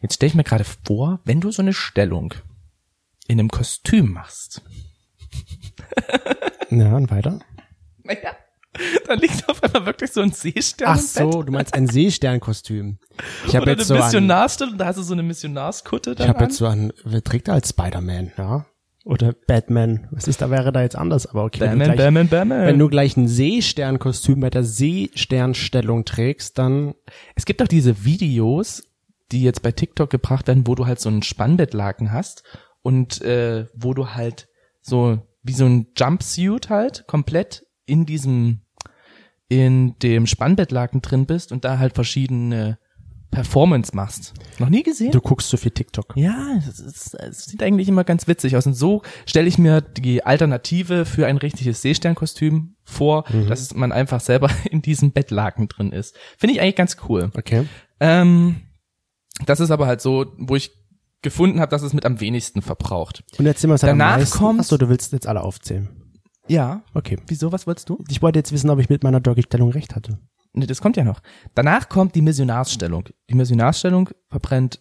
S3: Jetzt stell ich mir gerade vor, wenn du so eine Stellung in einem Kostüm machst,
S1: Ja, und weiter?
S3: naja, dann liegt auf einmal wirklich so ein Seestern
S1: Ach
S3: im Bett.
S1: so, du meinst ein Seesternkostüm. Ich habe
S3: Oder
S1: jetzt
S3: eine
S1: so an,
S3: Missionarstellung, da hast du so eine Missionarskutte
S1: ich
S3: dann
S1: habe
S3: an.
S1: jetzt so an, wer trägt da als Spider-Man, ja? Oder Batman. Was ist, da wäre da jetzt anders, aber okay. wenn du
S3: Bämmen,
S1: gleich-
S3: bämmen, bämmen.
S1: Wenn du gleich ein Seesternkostüm bei der Seesternstellung trägst, dann
S3: Es gibt auch diese Videos, die jetzt bei TikTok gebracht werden, wo du halt so einen Spannbettlaken hast und äh, wo du halt so wie so ein Jumpsuit halt komplett in diesem in dem Spannbettlaken drin bist und da halt verschiedene Performance machst. Noch nie gesehen?
S1: du guckst so viel TikTok.
S3: ja, es, ist, es sieht eigentlich immer ganz witzig aus. Und so stelle ich mir die Alternative für ein richtiges Seesternkostüm vor, dass man einfach selber in diesem Bettlaken drin ist. Finde ich eigentlich ganz cool.
S1: Okay.
S3: Ähm, das ist aber halt so, wo ich gefunden habe, dass es mit am wenigsten verbraucht.
S1: Und jetzt sind wir es halt am
S3: Danach
S1: meisten-
S3: kommt-
S1: Achso, du willst jetzt alle aufzählen.
S3: Ja.
S1: Okay.
S3: Wieso, was wolltest du?
S1: Ich wollte jetzt wissen, ob ich mit meiner Doggy-Stellung recht hatte.
S3: Nee, das kommt ja noch. Danach kommt die Missionarsstellung. Die Missionarsstellung verbrennt,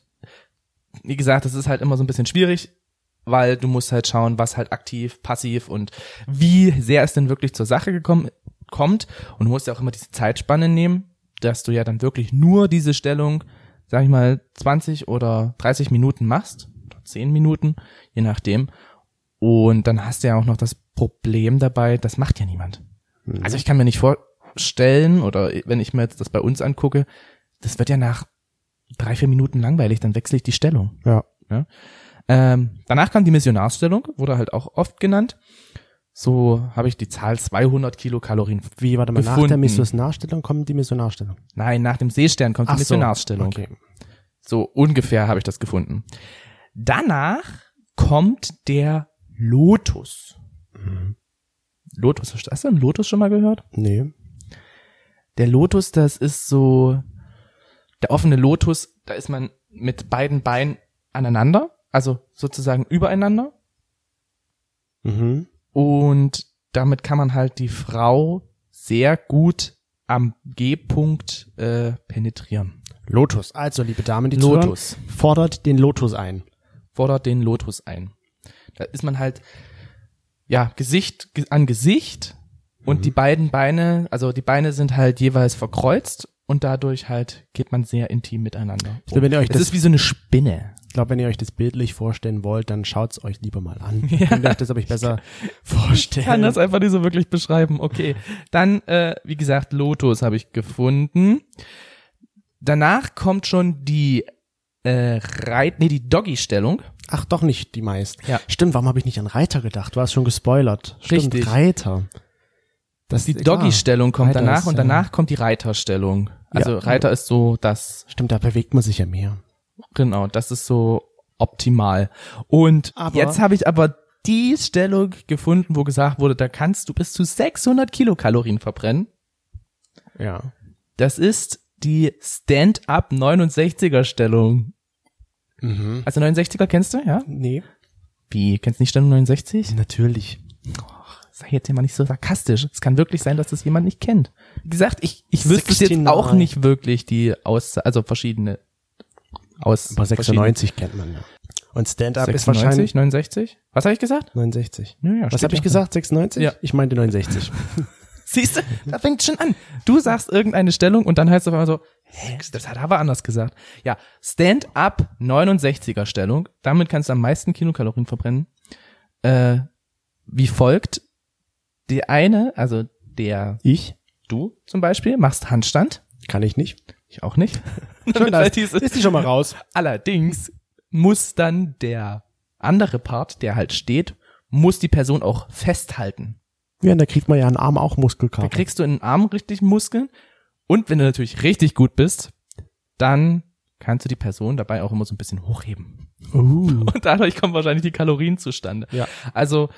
S3: wie gesagt, das ist halt immer so ein bisschen schwierig, weil du musst halt schauen, was halt aktiv, passiv und wie sehr es denn wirklich zur Sache gekommen kommt. Und du musst ja auch immer diese Zeitspanne nehmen, dass du ja dann wirklich nur diese Stellung, sag ich mal, 20 oder 30 Minuten machst, oder 10 Minuten, je nachdem. Und dann hast du ja auch noch das Problem dabei, das macht ja niemand.
S1: Hm.
S3: Also
S1: Mhm.
S3: ich kann mir nicht vorstellen, oder wenn ich mir jetzt das bei uns angucke, das wird ja nach drei, vier Minuten langweilig, dann wechsle ich die Stellung.
S1: Ja.
S3: Ähm, danach kam die Missionarstellung, wurde halt auch oft genannt. So habe ich die Zahl 200 Kilokalorien.
S1: Wie, warte mal, nach der
S3: Gefunden.
S1: Missionarstellung kommt die Missionarstellung.
S3: Nein, nach dem Seestern kommt die
S1: Ach so,
S3: Missionarstellung.
S1: okay.
S3: So ungefähr habe ich das gefunden. Danach kommt der Lotus.
S1: Mhm.
S3: Lotus, hast hast du den Lotus schon mal gehört?
S1: Nee.
S3: Der Lotus, das ist so der offene Lotus, da ist man mit beiden Beinen aneinander, also sozusagen übereinander.
S1: Mhm.
S3: Und damit kann man halt die Frau sehr gut am G-Punkt äh, penetrieren.
S1: Lotus. Also, liebe Damen, die
S3: Lotus.
S1: zuhören, fordert den Lotus ein.
S3: Fordert den Lotus ein. Da ist man halt, ja, Gesicht ge- an Gesicht und die beiden Beine, also die Beine sind halt jeweils verkreuzt und dadurch halt geht man sehr intim miteinander.
S1: glaub, wenn ihr euch
S3: es
S1: das-
S3: ist wie so eine Spinne.
S1: Ich glaube, wenn ihr euch das bildlich vorstellen wollt, dann schaut's euch lieber mal an. Ja. Könnt ihr euch das aber ich besser vorstellen.
S3: kann das einfach nicht so wirklich beschreiben. Okay. Dann, äh, wie gesagt, Lotus habe ich gefunden. Danach kommt schon die äh, Reit, nee, die Doggy-Stellung.
S1: Ach, doch nicht die meisten.
S3: Ja.
S1: Stimmt, warum habe ich nicht an Reiter gedacht? Du hast schon gespoilert. Stimmt,
S3: Richtig.
S1: Reiter. Das
S3: Die
S1: ist klar.
S3: Doggy-Stellung kommt
S1: Reiter
S3: danach
S1: ist,
S3: und
S1: ja.
S3: danach kommt die Reiterstellung. Also
S1: Ja.
S3: Reiter ist so das,
S1: Stimmt, da bewegt man sich ja mehr.
S3: genau, das ist so optimal. Und
S1: Aber-
S3: jetzt habe ich aber die Stellung gefunden, wo gesagt wurde, da kannst du bis zu 600 Kilokalorien verbrennen.
S1: Ja.
S3: Das ist die Stand-up 69er Stellung.
S1: Mhm.
S3: Also 69er kennst du, ja?
S1: Nee.
S3: Wie, kennst du nicht Stellung 69?
S1: Natürlich.
S3: Sei jetzt immer nicht so sarkastisch. Es kann wirklich sein, dass das jemand nicht kennt. Wie gesagt, ich, ich wüsste es jetzt
S1: 69.
S3: auch nicht wirklich, die aus, also verschiedene aus.
S1: Aber 96 kennt man ja. Und Stand-Up ist wahrscheinlich
S3: 69? Was habe ich gesagt?
S1: 69.
S3: Ja, ja,
S1: Was
S3: steht
S1: habe ich
S3: da.
S1: gesagt? 96?
S3: Ja.
S1: Ich meinte 69.
S3: Siehst du, da fängt schon an. Du sagst irgendeine Stellung und dann heißt es auf einmal so, hä, das hat er aber anders gesagt. Ja, Stand-up 69er Stellung. Damit kannst du am meisten Kilokalorien verbrennen. Äh, wie folgt. Die eine, also der,
S1: ich?
S3: du zum Beispiel, machst Handstand.
S1: Kann ich nicht.
S3: Ich auch nicht.
S1: Schön,
S3: Damit
S1: da
S3: halt
S1: ist,
S3: diese-
S1: ist die schon mal raus.
S3: Allerdings muss dann der andere Part, der halt steht, muss die Person auch festhalten.
S1: Ja, und da kriegt man ja einen Arm auch Muskelkater.
S3: Da kriegst du in den Arm richtig Muskeln. Und wenn du natürlich richtig gut bist, dann kannst du die Person dabei auch immer so ein bisschen hochheben.
S1: uh.
S3: Und dadurch kommen wahrscheinlich die Kalorien zustande.
S1: Ja.
S3: Also,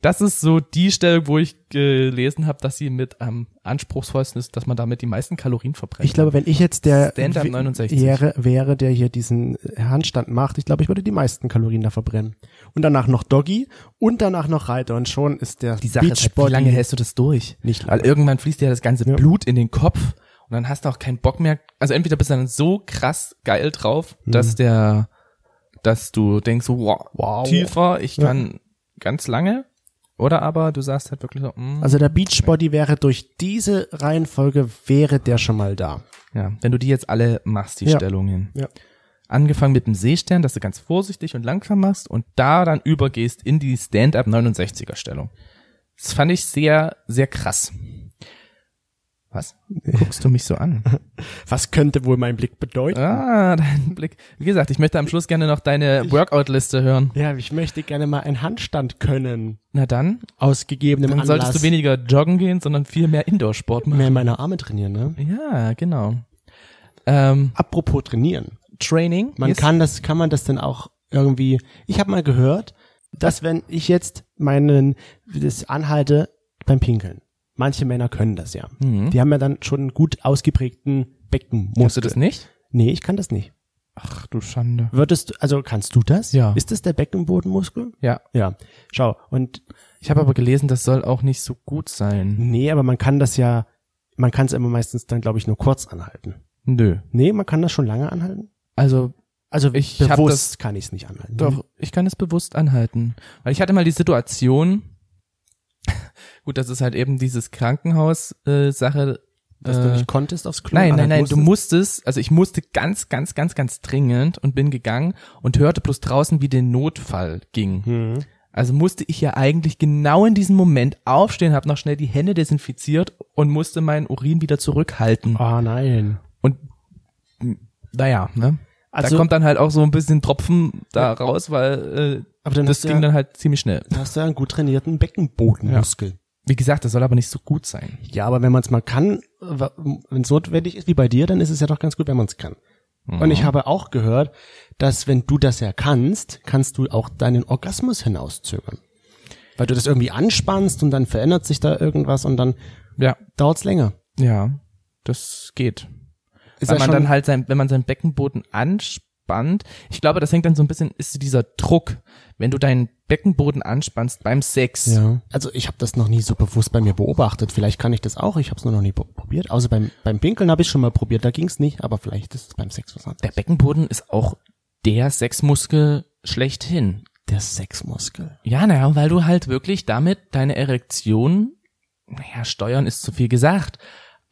S3: das ist so die Stelle, wo ich gelesen habe, dass sie mit am anspruchsvollsten ist, dass man damit die meisten Kalorien verbrennt.
S1: Ich glaube, wenn ich jetzt der
S3: Stand-up
S1: w-
S3: 69.
S1: Wäre, wäre, der hier diesen Handstand macht, ich glaube, ich würde die meisten Kalorien da verbrennen. Und danach noch Doggy und danach noch Reiter und schon ist der
S3: die Sache ist, halt, wie
S1: Beachbody
S3: lange hältst du das durch?
S1: Nicht lange.
S3: Weil irgendwann fließt dir ja das ganze
S1: Ja.
S3: Blut in den Kopf und dann hast du auch keinen Bock mehr. Also entweder bist du dann so krass geil drauf,
S1: Mhm.
S3: dass der, dass du denkst, so, wow,
S1: Wow.
S3: tiefer, ich
S1: Ja.
S3: kann ganz lange. Oder aber du sagst halt wirklich so, mm,
S1: Also der Beachbody wäre durch diese Reihenfolge wäre der schon mal da.
S3: ja, wenn du die jetzt alle machst, die
S1: Ja.
S3: Stellungen.
S1: Ja.
S3: Angefangen mit dem Seestern, dass du ganz vorsichtig und langsam machst und da dann übergehst in die Stand-up 69er Stellung. Das fand ich sehr, sehr krass. Was? Guckst du mich so an?
S1: Was könnte wohl mein Blick bedeuten?
S3: Ah, dein Blick. Wie gesagt, ich möchte am Schluss gerne noch deine Workout-Liste hören.
S1: Ja, ich möchte gerne mal einen Handstand können.
S3: Na dann,
S1: Aus gegebenem
S3: dann
S1: Anlass.
S3: solltest du weniger joggen gehen, sondern viel mehr Indoor-Sport machen.
S1: mehr meine Arme trainieren, ne?
S3: Ja, genau. Ähm,
S1: Apropos trainieren.
S3: Training.
S1: Man
S3: yes.
S1: kann das, kann man das denn auch irgendwie, ich habe mal gehört, dass wenn ich jetzt meinen, das anhalte beim Pinkeln. Manche Männer können das ja.
S3: Mhm.
S1: Die haben ja dann schon einen gut ausgeprägten Beckenmuskel.
S3: Musst du das nicht?
S1: Nee, ich kann das nicht.
S3: Ach du Schande.
S1: Würdest du, also kannst du das?
S3: Ja.
S1: Ist das der Beckenbodenmuskel?
S3: Ja,
S1: Ja. Schau, und
S3: ich habe aber gelesen, das soll auch nicht so gut sein.
S1: nee, aber man kann das ja, man kann es immer meistens dann, glaube ich, nur kurz anhalten.
S3: Nö.
S1: Nee, man kann das schon lange anhalten.
S3: Also
S1: Also
S3: Ich hab
S1: bewusst kann ich es nicht anhalten.
S3: Doch, ich kann es bewusst anhalten. Weil ich hatte mal die Situation, Gut, das ist halt eben dieses Krankenhaus-Sache.
S1: Dass du nicht konntest aufs Klo?
S3: äh, Nein,
S1: Ah,
S3: nein, nein,
S1: musstest.
S3: du musstest, also ich musste ganz, ganz, ganz, ganz dringend und bin gegangen und hörte bloß draußen, wie der Notfall ging.
S1: Mhm.
S3: Also musste ich ja eigentlich genau in diesem Moment aufstehen, habe noch schnell die Hände desinfiziert und musste meinen Urin wieder zurückhalten.
S1: Ah, nein.
S3: Und m, naja, ne? Also,
S1: Also-
S3: da kommt dann halt auch so ein bisschen Tropfen da raus, weil äh,
S1: Aber dann
S3: das
S1: hast du
S3: ging
S1: ja-
S3: dann halt ziemlich schnell.
S1: Da hast du ja einen gut trainierten Beckenbodenmuskel.
S3: Wie gesagt, das soll aber nicht so gut sein.
S1: Ja, aber wenn man es mal kann, wenn es notwendig ist wie bei dir, dann ist es ja doch ganz gut, wenn man es kann. Und ich habe auch gehört, dass wenn du das ja kannst, kannst du auch deinen Orgasmus hinauszögern. Weil du das irgendwie anspannst und dann verändert sich da irgendwas und dann
S3: Ja,
S1: dauert's länger.
S3: ja, das geht.
S1: Ist
S3: Weil
S1: ja
S3: man
S1: schon-
S3: dann halt sein, wenn man seinen Beckenboden anspannt, ich glaube, das hängt dann so ein bisschen, ist dieser Druck, wenn du deinen Beckenboden anspannst beim Sex.
S1: Ja. Also ich habe das noch nie so bewusst bei mir beobachtet. Vielleicht kann ich das auch. Ich habe es nur noch nie prob- probiert. Außer beim, beim Pinkeln habe ich schon mal probiert. Da ging's nicht. Aber vielleicht ist es beim Sex was anderes.
S3: Der Beckenboden ist auch der Sexmuskel schlechthin.
S1: Der Sexmuskel.
S3: Ja, naja, weil du halt wirklich damit deine Erektion, naja, steuern ist zu viel gesagt,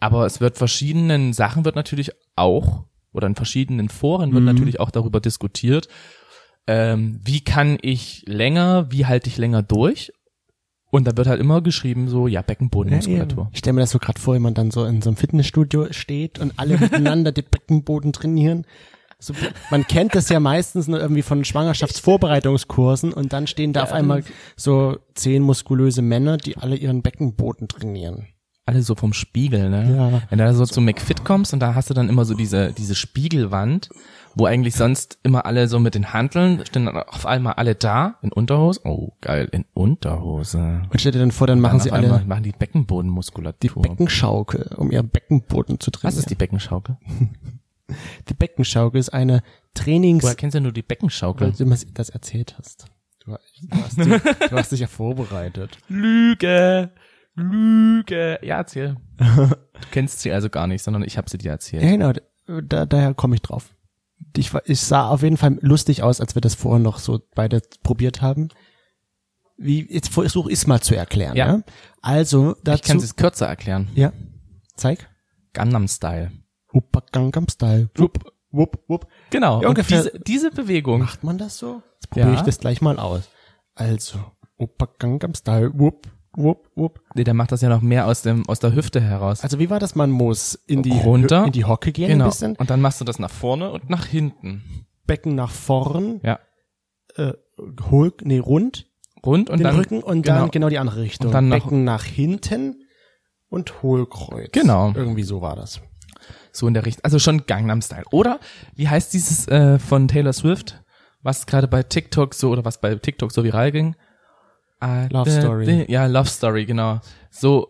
S3: aber es wird verschiedenen Sachen wird natürlich auch, oder in verschiedenen Foren wird natürlich auch darüber diskutiert, ähm, wie kann ich länger, wie halte ich länger durch? Und da wird halt immer geschrieben so, ja, Beckenbodenmuskulatur.
S1: Ich stelle mir das so gerade vor, wenn man dann so in so einem Fitnessstudio steht und alle miteinander den Beckenboden trainieren. So, man kennt das ja meistens nur irgendwie von Schwangerschaftsvorbereitungskursen und dann stehen da auf einmal so zehn muskulöse Männer, die alle ihren Beckenboden trainieren.
S3: Alle so vom Spiegel, ne?
S1: Ja.
S3: Wenn du da so zu McFit kommst und da hast du dann immer so diese, diese Spiegelwand, wo eigentlich sonst immer alle so mit den Hanteln, stehen dann auf einmal alle da in Unterhose. Oh, geil, in Unterhose.
S1: Und stell dir dann vor, dann machen
S3: Dann
S1: sie
S3: auf einmal
S1: alle
S3: machen die Beckenbodenmuskulatur.
S1: Beckenschaukel, um ihren Beckenboden zu trainieren.
S3: Was ist die Beckenschaukel?
S1: Die Beckenschaukel ist eine
S3: Woher
S1: Trainings...
S3: kennst du nur die
S1: Weil
S3: Beckenschaukel?
S1: du mir das erzählt hast. Du, du, hast, dich, du hast dich ja vorbereitet.
S3: Lüge! Lüge! Ja, erzähl. Du kennst sie also gar nicht, sondern ich habe sie dir
S1: Ja,
S3: erzählt.
S1: genau, da, daher komme ich drauf. Ich, war- ich sah auf jeden Fall lustig aus, als wir das vorher noch so beide probiert haben. Wie, jetzt versuche ich mal zu erklären. Ja.
S3: Ja.
S1: Also
S3: Ich kann
S1: dazu...
S3: es kürzer erklären.
S1: ja, zeig.
S3: Gangnam Style.
S1: Huppa Gangnam Style. Wupp, wupp, wupp.
S3: Genau.
S1: Ja,
S3: und
S1: ungefähr-
S3: diese, diese Bewegung.
S1: Macht man das so? Jetzt
S3: Ja.
S1: probiere ich das gleich mal aus. Also, Huppa Gangnam Style. Wupp, wupp, wupp.
S3: Nee, der macht das ja noch mehr aus dem aus der Hüfte heraus.
S1: Also wie war das? Man muss in die
S3: Runter.
S1: in die Hocke gehen ein
S3: genau.
S1: bisschen,
S3: Und dann machst du das nach vorne und nach hinten.
S1: Becken nach vorn,
S3: Ja.
S1: hol, nee, rund
S3: Rund und
S1: den
S3: dann
S1: Rücken und
S3: genau.
S1: dann genau die andere Richtung.
S3: Und dann nach-
S1: Becken nach hinten und Hohlkreuz.
S3: Genau.
S1: Irgendwie so war das.
S3: so in der Richtung. Also schon Gangnam Style. Oder wie heißt dieses äh, von Taylor Swift, was gerade bei TikTok so oder was bei TikTok so viral ging? I
S1: Ah, Love
S3: did
S1: Story.
S3: it. Ja, Love Story, genau. So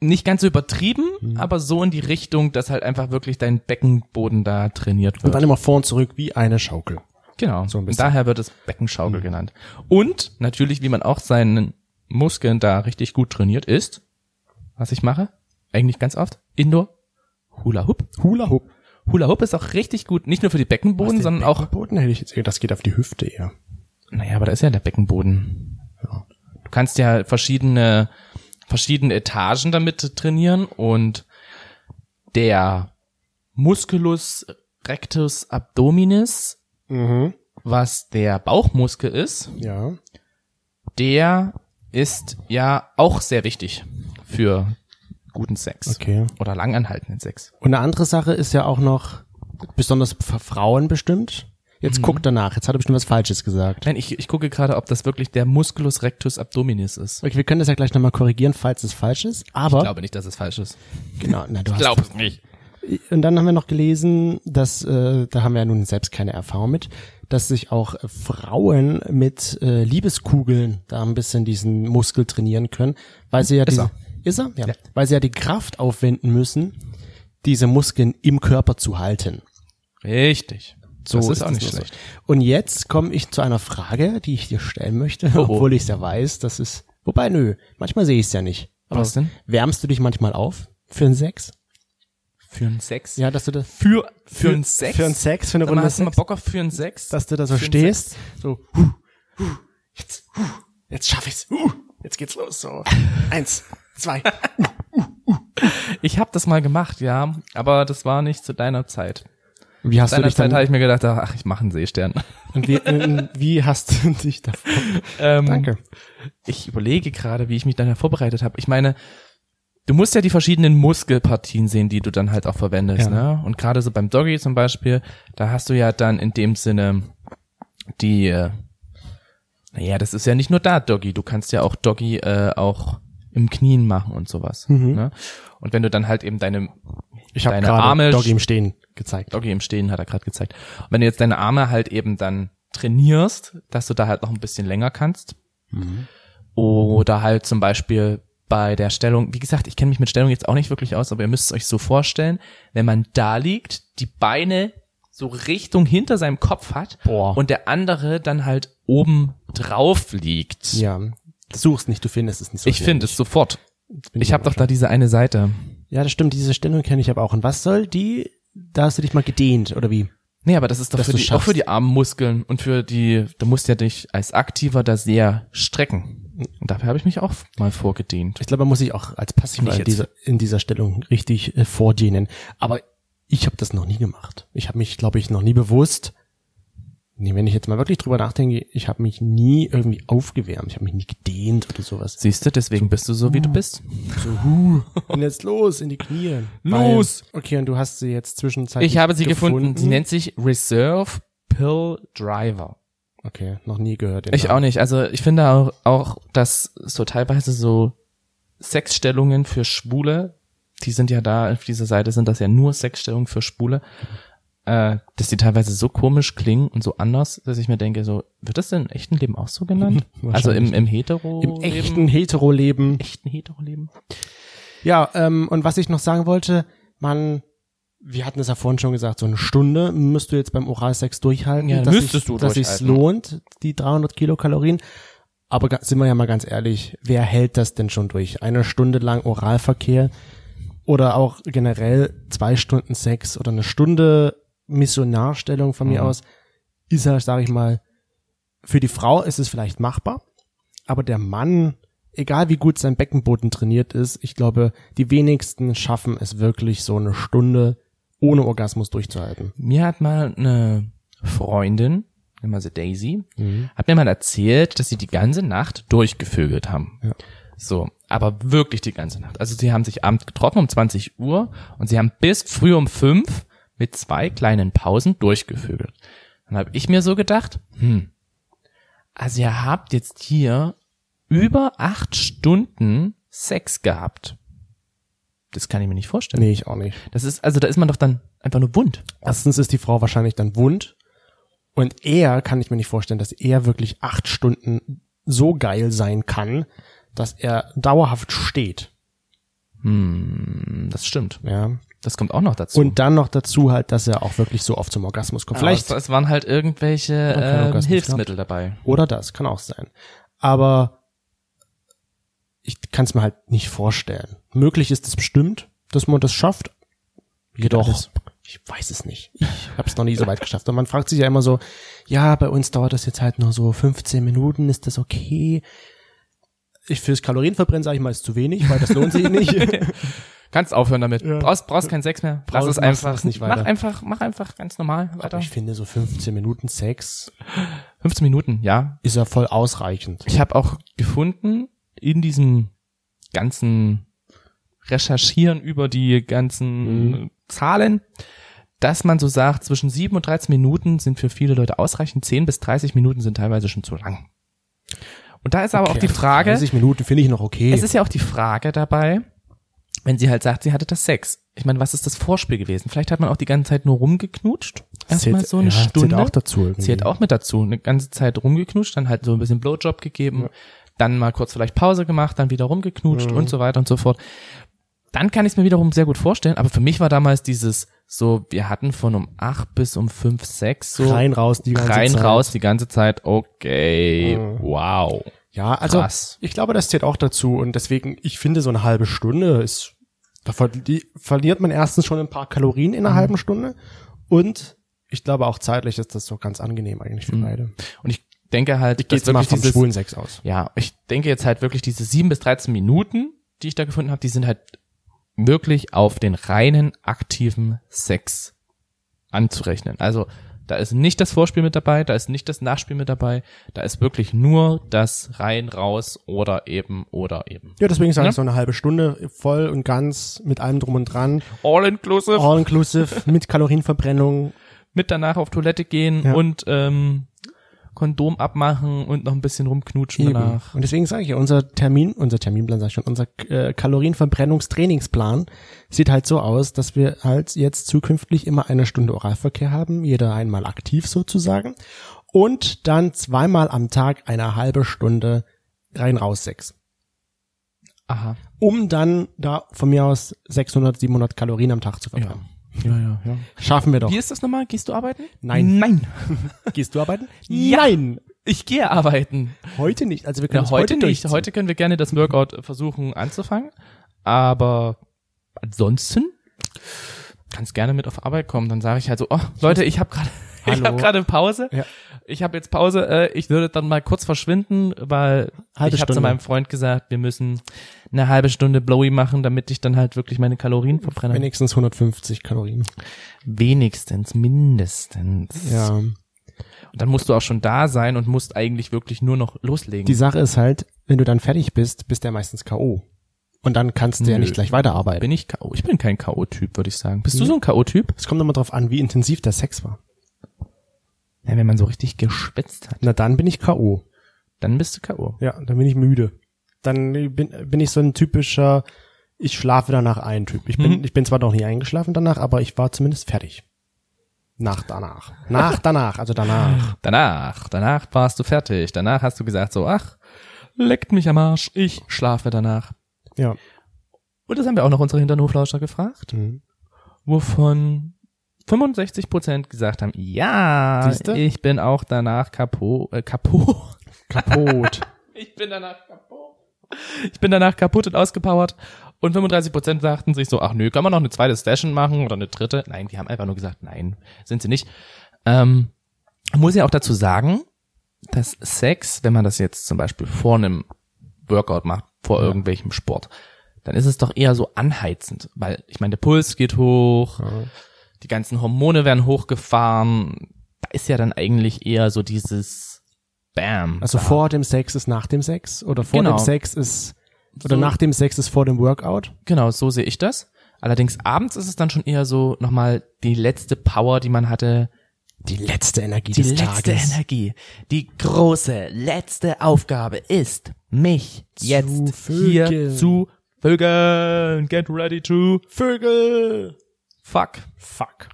S3: nicht ganz so übertrieben,
S1: Mhm.
S3: aber so in die Richtung, dass halt einfach wirklich dein Beckenboden da trainiert
S1: Und
S3: wird.
S1: dann immer vor und zurück wie eine Schaukel.
S3: Genau.
S1: So ein
S3: und
S1: bisschen. Mhm.
S3: daher wird es Beckenschaukel genannt. Und natürlich, wie man auch seinen Muskeln da richtig gut trainiert ist, was ich mache, eigentlich ganz oft, Indoor Hula Hoop.
S1: Hula Hoop.
S3: Hula Hoop ist auch richtig gut, nicht nur für die Beckenboden,
S1: den
S3: sondern auch,
S1: Beckenboden hätte ich jetzt gedacht, das geht auf die Hüfte eher.
S3: naja, aber da ist ja der Beckenboden.
S1: Ja.
S3: Du kannst ja verschiedene, verschiedene Etagen damit trainieren und der Musculus rectus abdominis,
S1: Mhm.
S3: was der Bauchmuskel ist,
S1: Ja.
S3: der ist ja auch sehr wichtig für guten Sex.
S1: Okay.
S3: Oder langanhaltenden Sex.
S1: Und eine andere Sache ist ja auch noch besonders für Frauen bestimmt. Jetzt
S3: Mhm.
S1: guck danach. Jetzt hat er bestimmt was Falsches gesagt.
S3: Nein, ich, ich gucke gerade, ob das wirklich der Musculus rectus abdominis ist.
S1: Okay, wir können das ja gleich nochmal korrigieren, falls es falsch ist. Aber
S3: Ich glaube nicht, dass es falsch ist.
S1: genau, na, du hast
S3: Glaub es nicht.
S1: Und dann haben wir noch gelesen, dass, äh, da haben wir ja nun selbst keine Erfahrung mit, dass sich auch äh, Frauen mit äh, Liebeskugeln da ein bisschen diesen Muskel trainieren können, weil sie ja
S3: Ist
S1: diese,
S3: er.
S1: ist er? Ja. Weil sie ja die Kraft aufwenden müssen, diese Muskeln im Körper zu halten.
S3: Richtig. So das ist, auch nicht
S1: nur so.
S3: schlecht.
S1: Und jetzt komme ich zu einer Frage, die ich dir stellen möchte,
S3: Oh, oh.
S1: obwohl ich es ja weiß, das ist, wobei nö, manchmal sehe ich es ja nicht.
S3: Was denn?
S1: Wärmst du dich manchmal auf für einen Sex?
S3: Für einen Sex?
S1: Ja, dass du das
S3: Für, für, einen Sex?
S1: Für einen Sex, für eine
S3: Sag mal,
S1: Runde
S3: hast du mal
S1: Sex.
S3: Bock auf für einen Sex?
S1: dass du da so
S3: Für einen
S1: stehst, so, hu, hu, jetzt, hu, jetzt schaff ich's, hu, jetzt jetzt geht's los. So. Eins, zwei.
S3: Ich habe das mal gemacht, ja, aber das war nicht zu deiner Zeit.
S1: Wie hast
S3: Zu
S1: du
S3: deiner
S1: dich
S3: Zeit halt. habe
S1: dann,
S3: ich mir gedacht, ach, ich mache einen Seestern.
S1: und wie, ähm, wie hast du dich da?
S3: Ähm,
S1: Danke.
S3: Ich überlege gerade, wie ich mich dann da vorbereitet habe. Ich meine, du musst ja die verschiedenen Muskelpartien sehen, die du dann halt auch
S1: Ja.
S3: verwendest, ne? Und gerade so beim Doggy zum Beispiel, da hast du ja dann in dem Sinne die, äh, naja, das ist ja nicht nur da Doggy, du kannst ja auch Doggy äh, auch im Knien machen und sowas. Ne? Und wenn du dann halt eben deine,
S1: Ich habe
S3: deine
S1: gerade
S3: Arme
S1: Doggy im Stehen gezeigt.
S3: Doggy im Stehen hat er gerade gezeigt. Und wenn du jetzt deine Arme halt eben dann trainierst, dass du da halt noch ein bisschen länger kannst.
S1: Mhm.
S3: Oder halt zum Beispiel bei der Stellung, wie gesagt, ich kenne mich mit Stellung jetzt auch nicht wirklich aus, aber ihr müsst es euch so vorstellen, wenn man da liegt, die Beine so Richtung hinter seinem Kopf hat
S1: Boah.
S3: und der andere dann halt oben drauf liegt.
S1: Ja. Du suchst nicht, du findest es nicht so.
S3: ich finde es sofort.
S1: Bin
S3: Ich habe doch
S1: überrascht.
S3: da diese eine Seite.
S1: Ja, das stimmt, diese Stellung kenne ich aber auch. Und was soll die? Da hast du dich mal gedehnt, oder wie?
S3: Nee, aber das ist doch
S1: Dass
S3: für
S1: du
S3: die, auch
S1: schaffst.
S3: für die Armmuskeln und für die, du musst ja dich als Aktiver da sehr strecken. Und dafür habe ich mich auch mal vorgedient.
S1: Ich glaube, man muss sich auch als Passiver
S3: Nicht
S1: in
S3: jetzt.
S1: dieser, in dieser Stellung richtig äh, vordehnen. Aber ich habe das noch nie gemacht. Ich habe mich, glaube ich, noch nie bewusst, nee, wenn ich jetzt mal wirklich drüber nachdenke, ich habe mich nie irgendwie aufgewärmt. Ich habe mich nie gedehnt oder sowas.
S3: Siehst du, deswegen bist du so, wie du bist.
S1: So, hu, und jetzt los, in die Knie.
S3: Los!
S1: Weil, okay, und du hast sie jetzt zwischenzeitlich
S3: Ich habe sie gefunden. Sie nennt sich Reserve Pill Driver.
S1: okay, noch nie gehört. den
S3: Ich
S1: Namen.
S3: auch nicht. Also ich finde auch, auch, dass so teilweise so Sexstellungen für Schwule, die sind ja da, auf dieser Seite sind das ja nur Sexstellungen für Schwule, äh, dass die teilweise so komisch klingen und so anders, dass ich mir denke, so, wird das denn im echten Leben auch so genannt? also im, im hetero
S1: Im echten Hetero-Leben.
S3: echten Hetero-Leben?
S1: Ja, ähm, und was ich noch sagen wollte, man, wir hatten es ja vorhin schon gesagt, so eine Stunde müsst du jetzt beim Oralsex durchhalten,
S3: Ja,
S1: dass,
S3: müsstest
S1: sich,
S3: du
S1: dass sich's
S3: durchhalten. ne?
S1: lohnt, die 300 Kilokalorien. Aber ga- sind wir ja mal ganz ehrlich, wer hält das denn schon durch? Eine Stunde lang Oralverkehr oder auch generell zwei Stunden Sex oder eine Stunde Missionarstellung von mir
S3: Mhm.
S1: aus, ist ja, sage ich mal, für die Frau ist es vielleicht machbar, aber der Mann, egal wie gut sein Beckenboden trainiert ist, ich glaube, die wenigsten schaffen es wirklich, so eine Stunde ohne Orgasmus durchzuhalten.
S3: Mir hat mal eine Freundin, nennen wir sie Daisy,
S1: Mhm.
S3: hat mir mal erzählt, dass sie die ganze Nacht durchgevögelt haben.
S1: Ja.
S3: So, aber wirklich die ganze Nacht. Also sie haben sich abends getroffen um 20 Uhr und sie haben bis früh um 5 mit zwei kleinen Pausen durchgevögelt. Dann habe ich mir so gedacht, hm, also ihr habt jetzt hier über acht Stunden Sex gehabt. Das kann ich mir nicht vorstellen.
S1: Nee, ich auch nicht.
S3: Das ist, also da ist man doch dann einfach nur wund.
S1: Erstens ist die Frau wahrscheinlich dann wund und er kann ich mir nicht vorstellen, dass er wirklich acht Stunden so geil sein kann, dass er dauerhaft steht.
S3: Hm, das stimmt.
S1: Ja.
S3: Das kommt auch noch dazu.
S1: Und dann noch dazu halt, dass er auch wirklich so oft zum Orgasmus kommt. Vielleicht
S3: Vielleicht es waren halt irgendwelche
S1: keinen
S3: ähm,
S1: Orgasmus
S3: Hilfsmittel dabei.
S1: Oder das kann auch sein. Aber ich kann es mir halt nicht vorstellen. Möglich ist es bestimmt, dass man das schafft. Jedoch,
S3: alles.
S1: ich weiß es nicht. Ich habe es noch nie so weit geschafft. Und man fragt sich ja immer so, ja, bei uns dauert das jetzt halt nur so 15 Minuten, ist das okay? Ich fürs Kalorienverbrennen sage ich mal, ist zu wenig, weil das lohnt sich nicht.
S3: Kannst aufhören damit.
S1: Ja.
S3: Brauchst, brauchst kein Sex mehr. Lass
S1: Brauchst-
S3: es
S1: machst
S3: einfach.
S1: es nicht
S3: mach
S1: weiter.
S3: einfach, mach einfach ganz normal weiter.
S1: Aber ich finde so 15 Minuten Sex
S3: 15 Minuten, ja.
S1: ist ja voll ausreichend.
S3: Ich habe auch gefunden in diesem ganzen Recherchieren über die ganzen äh,
S1: Mhm.
S3: Zahlen, dass man so sagt, zwischen 7 und 13 Minuten sind für viele Leute ausreichend. 10 bis 30 Minuten sind teilweise schon zu lang. Und da ist aber auch die
S1: also
S3: Frage,
S1: 30 Minuten finde ich noch okay.
S3: Es ist ja auch die Frage dabei, wenn sie halt sagt, sie hatte das Sex. Ich meine, was ist das Vorspiel gewesen? Vielleicht hat man auch die ganze Zeit nur rumgeknutscht. Erstmal
S1: Zählt-
S3: so eine
S1: ja,
S3: Stunde.
S1: Zählt auch dazu. irgendwie.
S3: Zählt auch mit dazu. Eine ganze Zeit rumgeknutscht, dann halt so ein bisschen Blowjob gegeben, dann mal kurz vielleicht Pause gemacht, dann wieder rumgeknutscht
S1: Mhm.
S3: und so weiter und so fort. Dann kann ich es mir wiederum sehr gut vorstellen, aber für mich war damals dieses so, wir hatten von um acht bis um fünf, sechs so
S1: rein raus die ganze
S3: rein,
S1: Zeit. Mhm.
S3: raus die ganze Zeit, okay, wow.
S1: Ja, also
S3: Krass.
S1: ich glaube, das zählt auch dazu und deswegen, ich finde, so eine halbe Stunde ist, da ver die, verliert man erstens schon ein paar Kalorien
S3: Mhm.
S1: in einer halben Stunde und ich glaube auch zeitlich ist das so ganz angenehm eigentlich für beide.
S3: Und Mhm. ich denke halt,
S1: Ich gehe jetzt mal vom
S3: dieses,
S1: schwulen Sex aus.
S3: ja, ich denke jetzt halt wirklich diese sieben bis 13 Minuten, die ich da gefunden habe, die sind halt wirklich auf den reinen aktiven Sex anzurechnen. Also da ist nicht das Vorspiel mit dabei, da ist nicht das Nachspiel mit dabei, da ist wirklich nur das rein raus oder eben oder eben.
S1: Ja, deswegen sage
S3: Ja.
S1: ich so eine halbe Stunde voll und ganz mit allem drum und dran.
S3: All inclusive.
S1: All inclusive mit Kalorienverbrennung.
S3: mit danach auf Toilette gehen
S1: Ja.
S3: und ähm, Kondom abmachen und noch ein bisschen rumknutschen
S1: Eben.
S3: danach.
S1: Und deswegen sage ich ja, unser Termin, unser Terminplan sag ich schon, unser äh, Kalorienverbrennungstrainingsplan sieht halt so aus, dass wir halt jetzt zukünftig immer eine Stunde Oralverkehr haben, jeder einmal aktiv sozusagen und dann zweimal am Tag eine halbe Stunde rein raus Sex.
S3: Aha.
S1: Um dann da von mir aus 600, 700 Kalorien am Tag zu verbrennen.
S3: Ja, ja, ja.
S1: Schaffen wir doch.
S3: Wie ist das nochmal? Gehst du arbeiten?
S1: Nein.
S3: Nein.
S1: Gehst du arbeiten?
S3: Ja.
S1: Nein,
S3: Ich gehe arbeiten.
S1: heute nicht. Also wir können
S3: Ja,
S1: es
S3: heute nicht.
S1: durchziehen.
S3: Heute können wir gerne das Workout versuchen anzufangen. Aber ansonsten kannst gerne mit auf Arbeit kommen. Dann sage ich halt so, oh, Leute, ich habe gerade ich
S1: Hallo.
S3: habe gerade Pause.
S1: Ja.
S3: Ich habe jetzt Pause. Äh, ich würde dann mal kurz verschwinden, weil
S1: Halbe
S3: ich habe zu
S1: Stunde.
S3: meinem Freund gesagt, wir müssen eine halbe Stunde Blowy machen, damit ich dann halt wirklich meine Kalorien
S1: Hm,
S3: verbrenne.
S1: wenigstens 150 Kalorien.
S3: Wenigstens, mindestens.
S1: Ja.
S3: Und dann musst du auch schon da sein und musst eigentlich wirklich nur noch loslegen.
S1: Die Sache ist halt, wenn du dann fertig bist, bist du ja meistens K.O. Und dann kannst du ja
S3: Nö.
S1: nicht gleich weiterarbeiten.
S3: bin ich K.O. Ich bin kein K.O.-Typ, würde ich sagen. Bist du so ein K.O.-Typ?
S1: Es kommt immer drauf an, wie intensiv der Sex war.
S3: Ja, wenn man so richtig gespitzt hat,
S1: Na dann bin ich K.O.
S3: dann bist du K.O.
S1: Ja, dann bin ich müde. Dann bin, bin ich so ein typischer, ich schlafe danach ein Typ. Ich
S3: Mhm.
S1: bin, ich bin zwar noch nie eingeschlafen danach, aber ich war zumindest fertig. Nach danach. Nach danach, also danach.
S3: Danach, danach warst du fertig. Danach hast du gesagt so, ach, leckt mich am Arsch, ich schlafe danach.
S1: Ja.
S3: Und das haben wir auch noch unsere Hinternhoflauscher gefragt,
S1: Mhm.
S3: wovon 65 Prozent gesagt haben, ja,
S1: Siehste?
S3: ich bin auch danach kaputt, äh, kaputt.
S1: Kaputt.
S3: Ich bin danach kaputt. Ich bin danach kaputt und ausgepowert. Und 35% sagten sich so, ach nö, kann man noch eine zweite Session machen oder eine dritte? Nein, die haben einfach nur gesagt, nein, sind sie nicht. Ähm, muss ja auch dazu sagen, dass Sex, wenn man das jetzt zum Beispiel vor einem Workout macht, vor irgendwelchem Sport, dann ist es doch eher so anheizend, weil ich meine, der Puls geht hoch, die ganzen Hormone werden hochgefahren. Da ist ja dann eigentlich eher so dieses Bam.
S1: Also
S3: da.
S1: vor dem Sex ist nach dem Sex oder vor
S3: Genau.
S1: dem Sex ist oder
S3: So.
S1: nach dem Sex ist vor dem Workout.
S3: Genau, so sehe ich das. Allerdings abends ist es dann schon eher so nochmal die letzte Power, die man hatte.
S1: Die letzte Energie
S3: Die
S1: des
S3: letzte
S1: Tages.
S3: Energie. Die große letzte Aufgabe ist, mich
S1: Zu
S3: jetzt hier
S1: vögeln.
S3: zu vögeln. Get ready to
S1: Vögel.
S3: fuck.
S1: Fuck.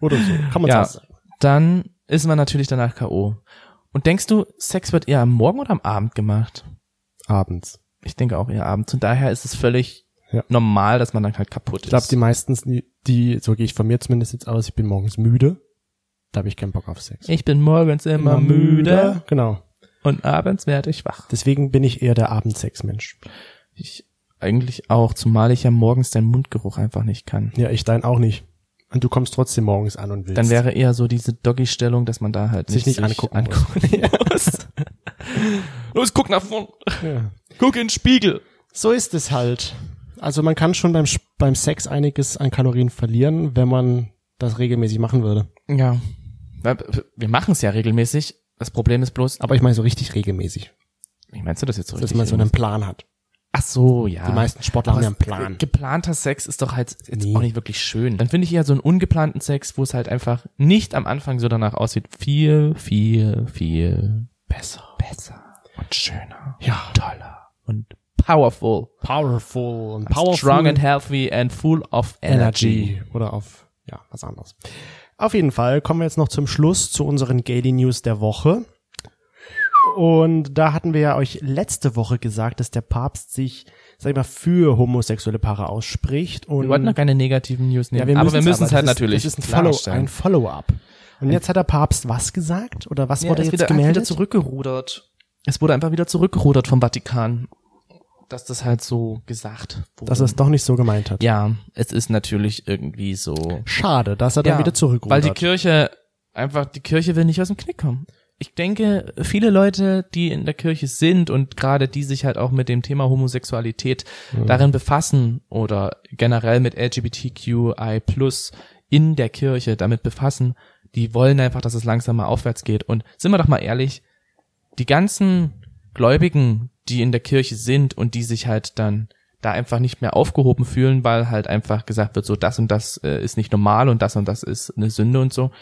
S1: Oder so. Kann man
S3: Ja.
S1: das sagen.
S3: Dann ist man natürlich danach K.O. Und denkst du, Sex wird eher am Morgen oder am Abend gemacht?
S1: Abends.
S3: Ich denke auch eher abends. Und daher ist es völlig
S1: Ja.
S3: normal, dass man dann halt kaputt
S1: Ich glaube,
S3: ist.
S1: die meistens, die, die, so gehe ich von mir zumindest jetzt aus, ich bin morgens müde. Da habe ich keinen Bock auf Sex.
S3: ich bin morgens immer müde
S1: Genau.
S3: und abends werde ich wach.
S1: Deswegen bin ich eher der Abendsex-Mensch.
S3: Ich eigentlich auch, zumal ich ja morgens deinen Mundgeruch einfach nicht kann.
S1: Ja, ich dein auch nicht. Und du kommst trotzdem morgens an und willst.
S3: Dann wäre eher so diese Doggy-Stellung, dass man da halt
S1: Sich
S3: nicht
S1: nicht angucken
S3: muss. Los, guck nach vorn.
S1: Ja.
S3: Guck in den Spiegel.
S1: So ist es halt. Also man kann schon beim, Sch- beim Sex einiges an Kalorien verlieren, wenn man das regelmäßig machen würde.
S3: Ja. Wir machen es ja regelmäßig. Das Problem ist bloß,
S1: Aber ich meine so richtig regelmäßig,
S3: wie meinst du das jetzt so
S1: dass
S3: richtig?
S1: man so einen Plan hat.
S3: Ach so, ja.
S1: Die meisten Sportler haben ja einen Plan.
S3: Geplanter Sex ist doch halt jetzt
S1: Nee.
S3: auch nicht wirklich schön. Dann finde ich eher so einen ungeplanten Sex, wo es halt einfach nicht am Anfang so danach aussieht, viel, viel, viel besser. Besser und schöner. Ja. Toller und powerful.
S1: Powerful und
S3: Strong and healthy and full of energy.
S1: Energy oder auf ja was anderes. Auf jeden Fall kommen wir jetzt noch zum Schluss zu unseren Daily News der Woche. Und da hatten wir ja euch letzte Woche gesagt, dass der Papst sich, sag ich mal, für homosexuelle Paare ausspricht. Und
S3: Wir wollten noch keine negativen News nehmen,
S1: ja, wir
S3: aber wir
S1: müssen's
S3: müssen es halt
S1: das ist,
S3: natürlich
S1: Das ist ein, Follow,
S3: klarstellen.
S1: ein Follow-up. Und jetzt hat der Papst was gesagt? Oder was
S3: Ja,
S1: wurde
S3: er ist
S1: jetzt
S3: wieder, er ist
S1: gemeldet?
S3: wieder zurückgerudert. Es wurde einfach wieder zurückgerudert vom Vatikan, dass das halt so gesagt wurde.
S1: Dass er es doch nicht so gemeint hat.
S3: ja, es ist natürlich irgendwie so.
S1: Schade, dass er dann wieder zurückrudert.
S3: Weil die Kirche einfach die Kirche will nicht aus dem Knick kommen. ich denke, viele Leute, die in der Kirche sind und gerade die sich halt auch mit dem Thema Homosexualität
S1: Mhm.
S3: darin befassen oder generell mit LGBTQI+ in der Kirche damit befassen, die wollen einfach, dass es langsam mal aufwärts geht. Und sind wir doch mal ehrlich, die ganzen Gläubigen, die in der Kirche sind und die sich halt dann da einfach nicht mehr aufgehoben fühlen, weil halt einfach gesagt wird, so das und das äh, ist nicht normal und das und das ist eine Sünde und so.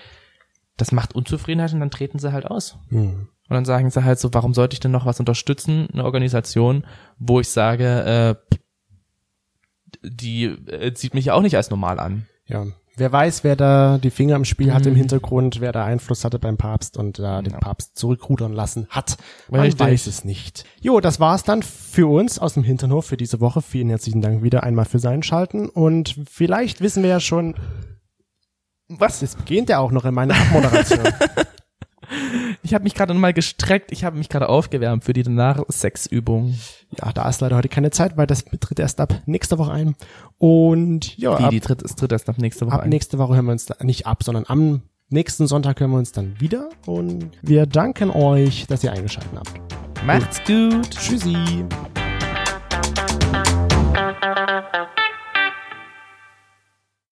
S3: Das macht Unzufriedenheit und dann treten sie halt aus.
S1: Hm.
S3: Und dann sagen sie halt so, warum sollte ich denn noch was unterstützen, eine Organisation, wo ich sage, äh, die äh, sieht mich ja auch nicht als normal an.
S1: Ja. Wer weiß, wer da die Finger im Spiel
S3: Mhm.
S1: hat im Hintergrund, wer da Einfluss hatte beim Papst und da den Papst zurückrudern lassen hat. Man
S3: Richtig.
S1: weiß es nicht. Jo, das war's dann für uns aus dem Hinternhof für diese Woche. Vielen herzlichen Dank wieder einmal fürs Einschalten und vielleicht wissen wir ja schon, was es beginnt ja auch noch in meiner Abmoderation.
S3: Ich habe mich gerade nochmal gestreckt, ich habe mich gerade aufgewärmt für die danach Sexübung.
S1: ja, da ist leider heute keine Zeit, weil das tritt erst ab nächste Woche ein. Und ja,
S3: Die,
S1: ab,
S3: die tritt, es tritt erst ab nächste Woche
S1: ab
S3: ein.
S1: nächste Woche hören wir uns da, nicht ab, sondern am nächsten Sonntag hören wir uns dann wieder und wir danken euch, dass ihr eingeschaltet habt.
S3: Macht's gut.
S1: Tschüssi.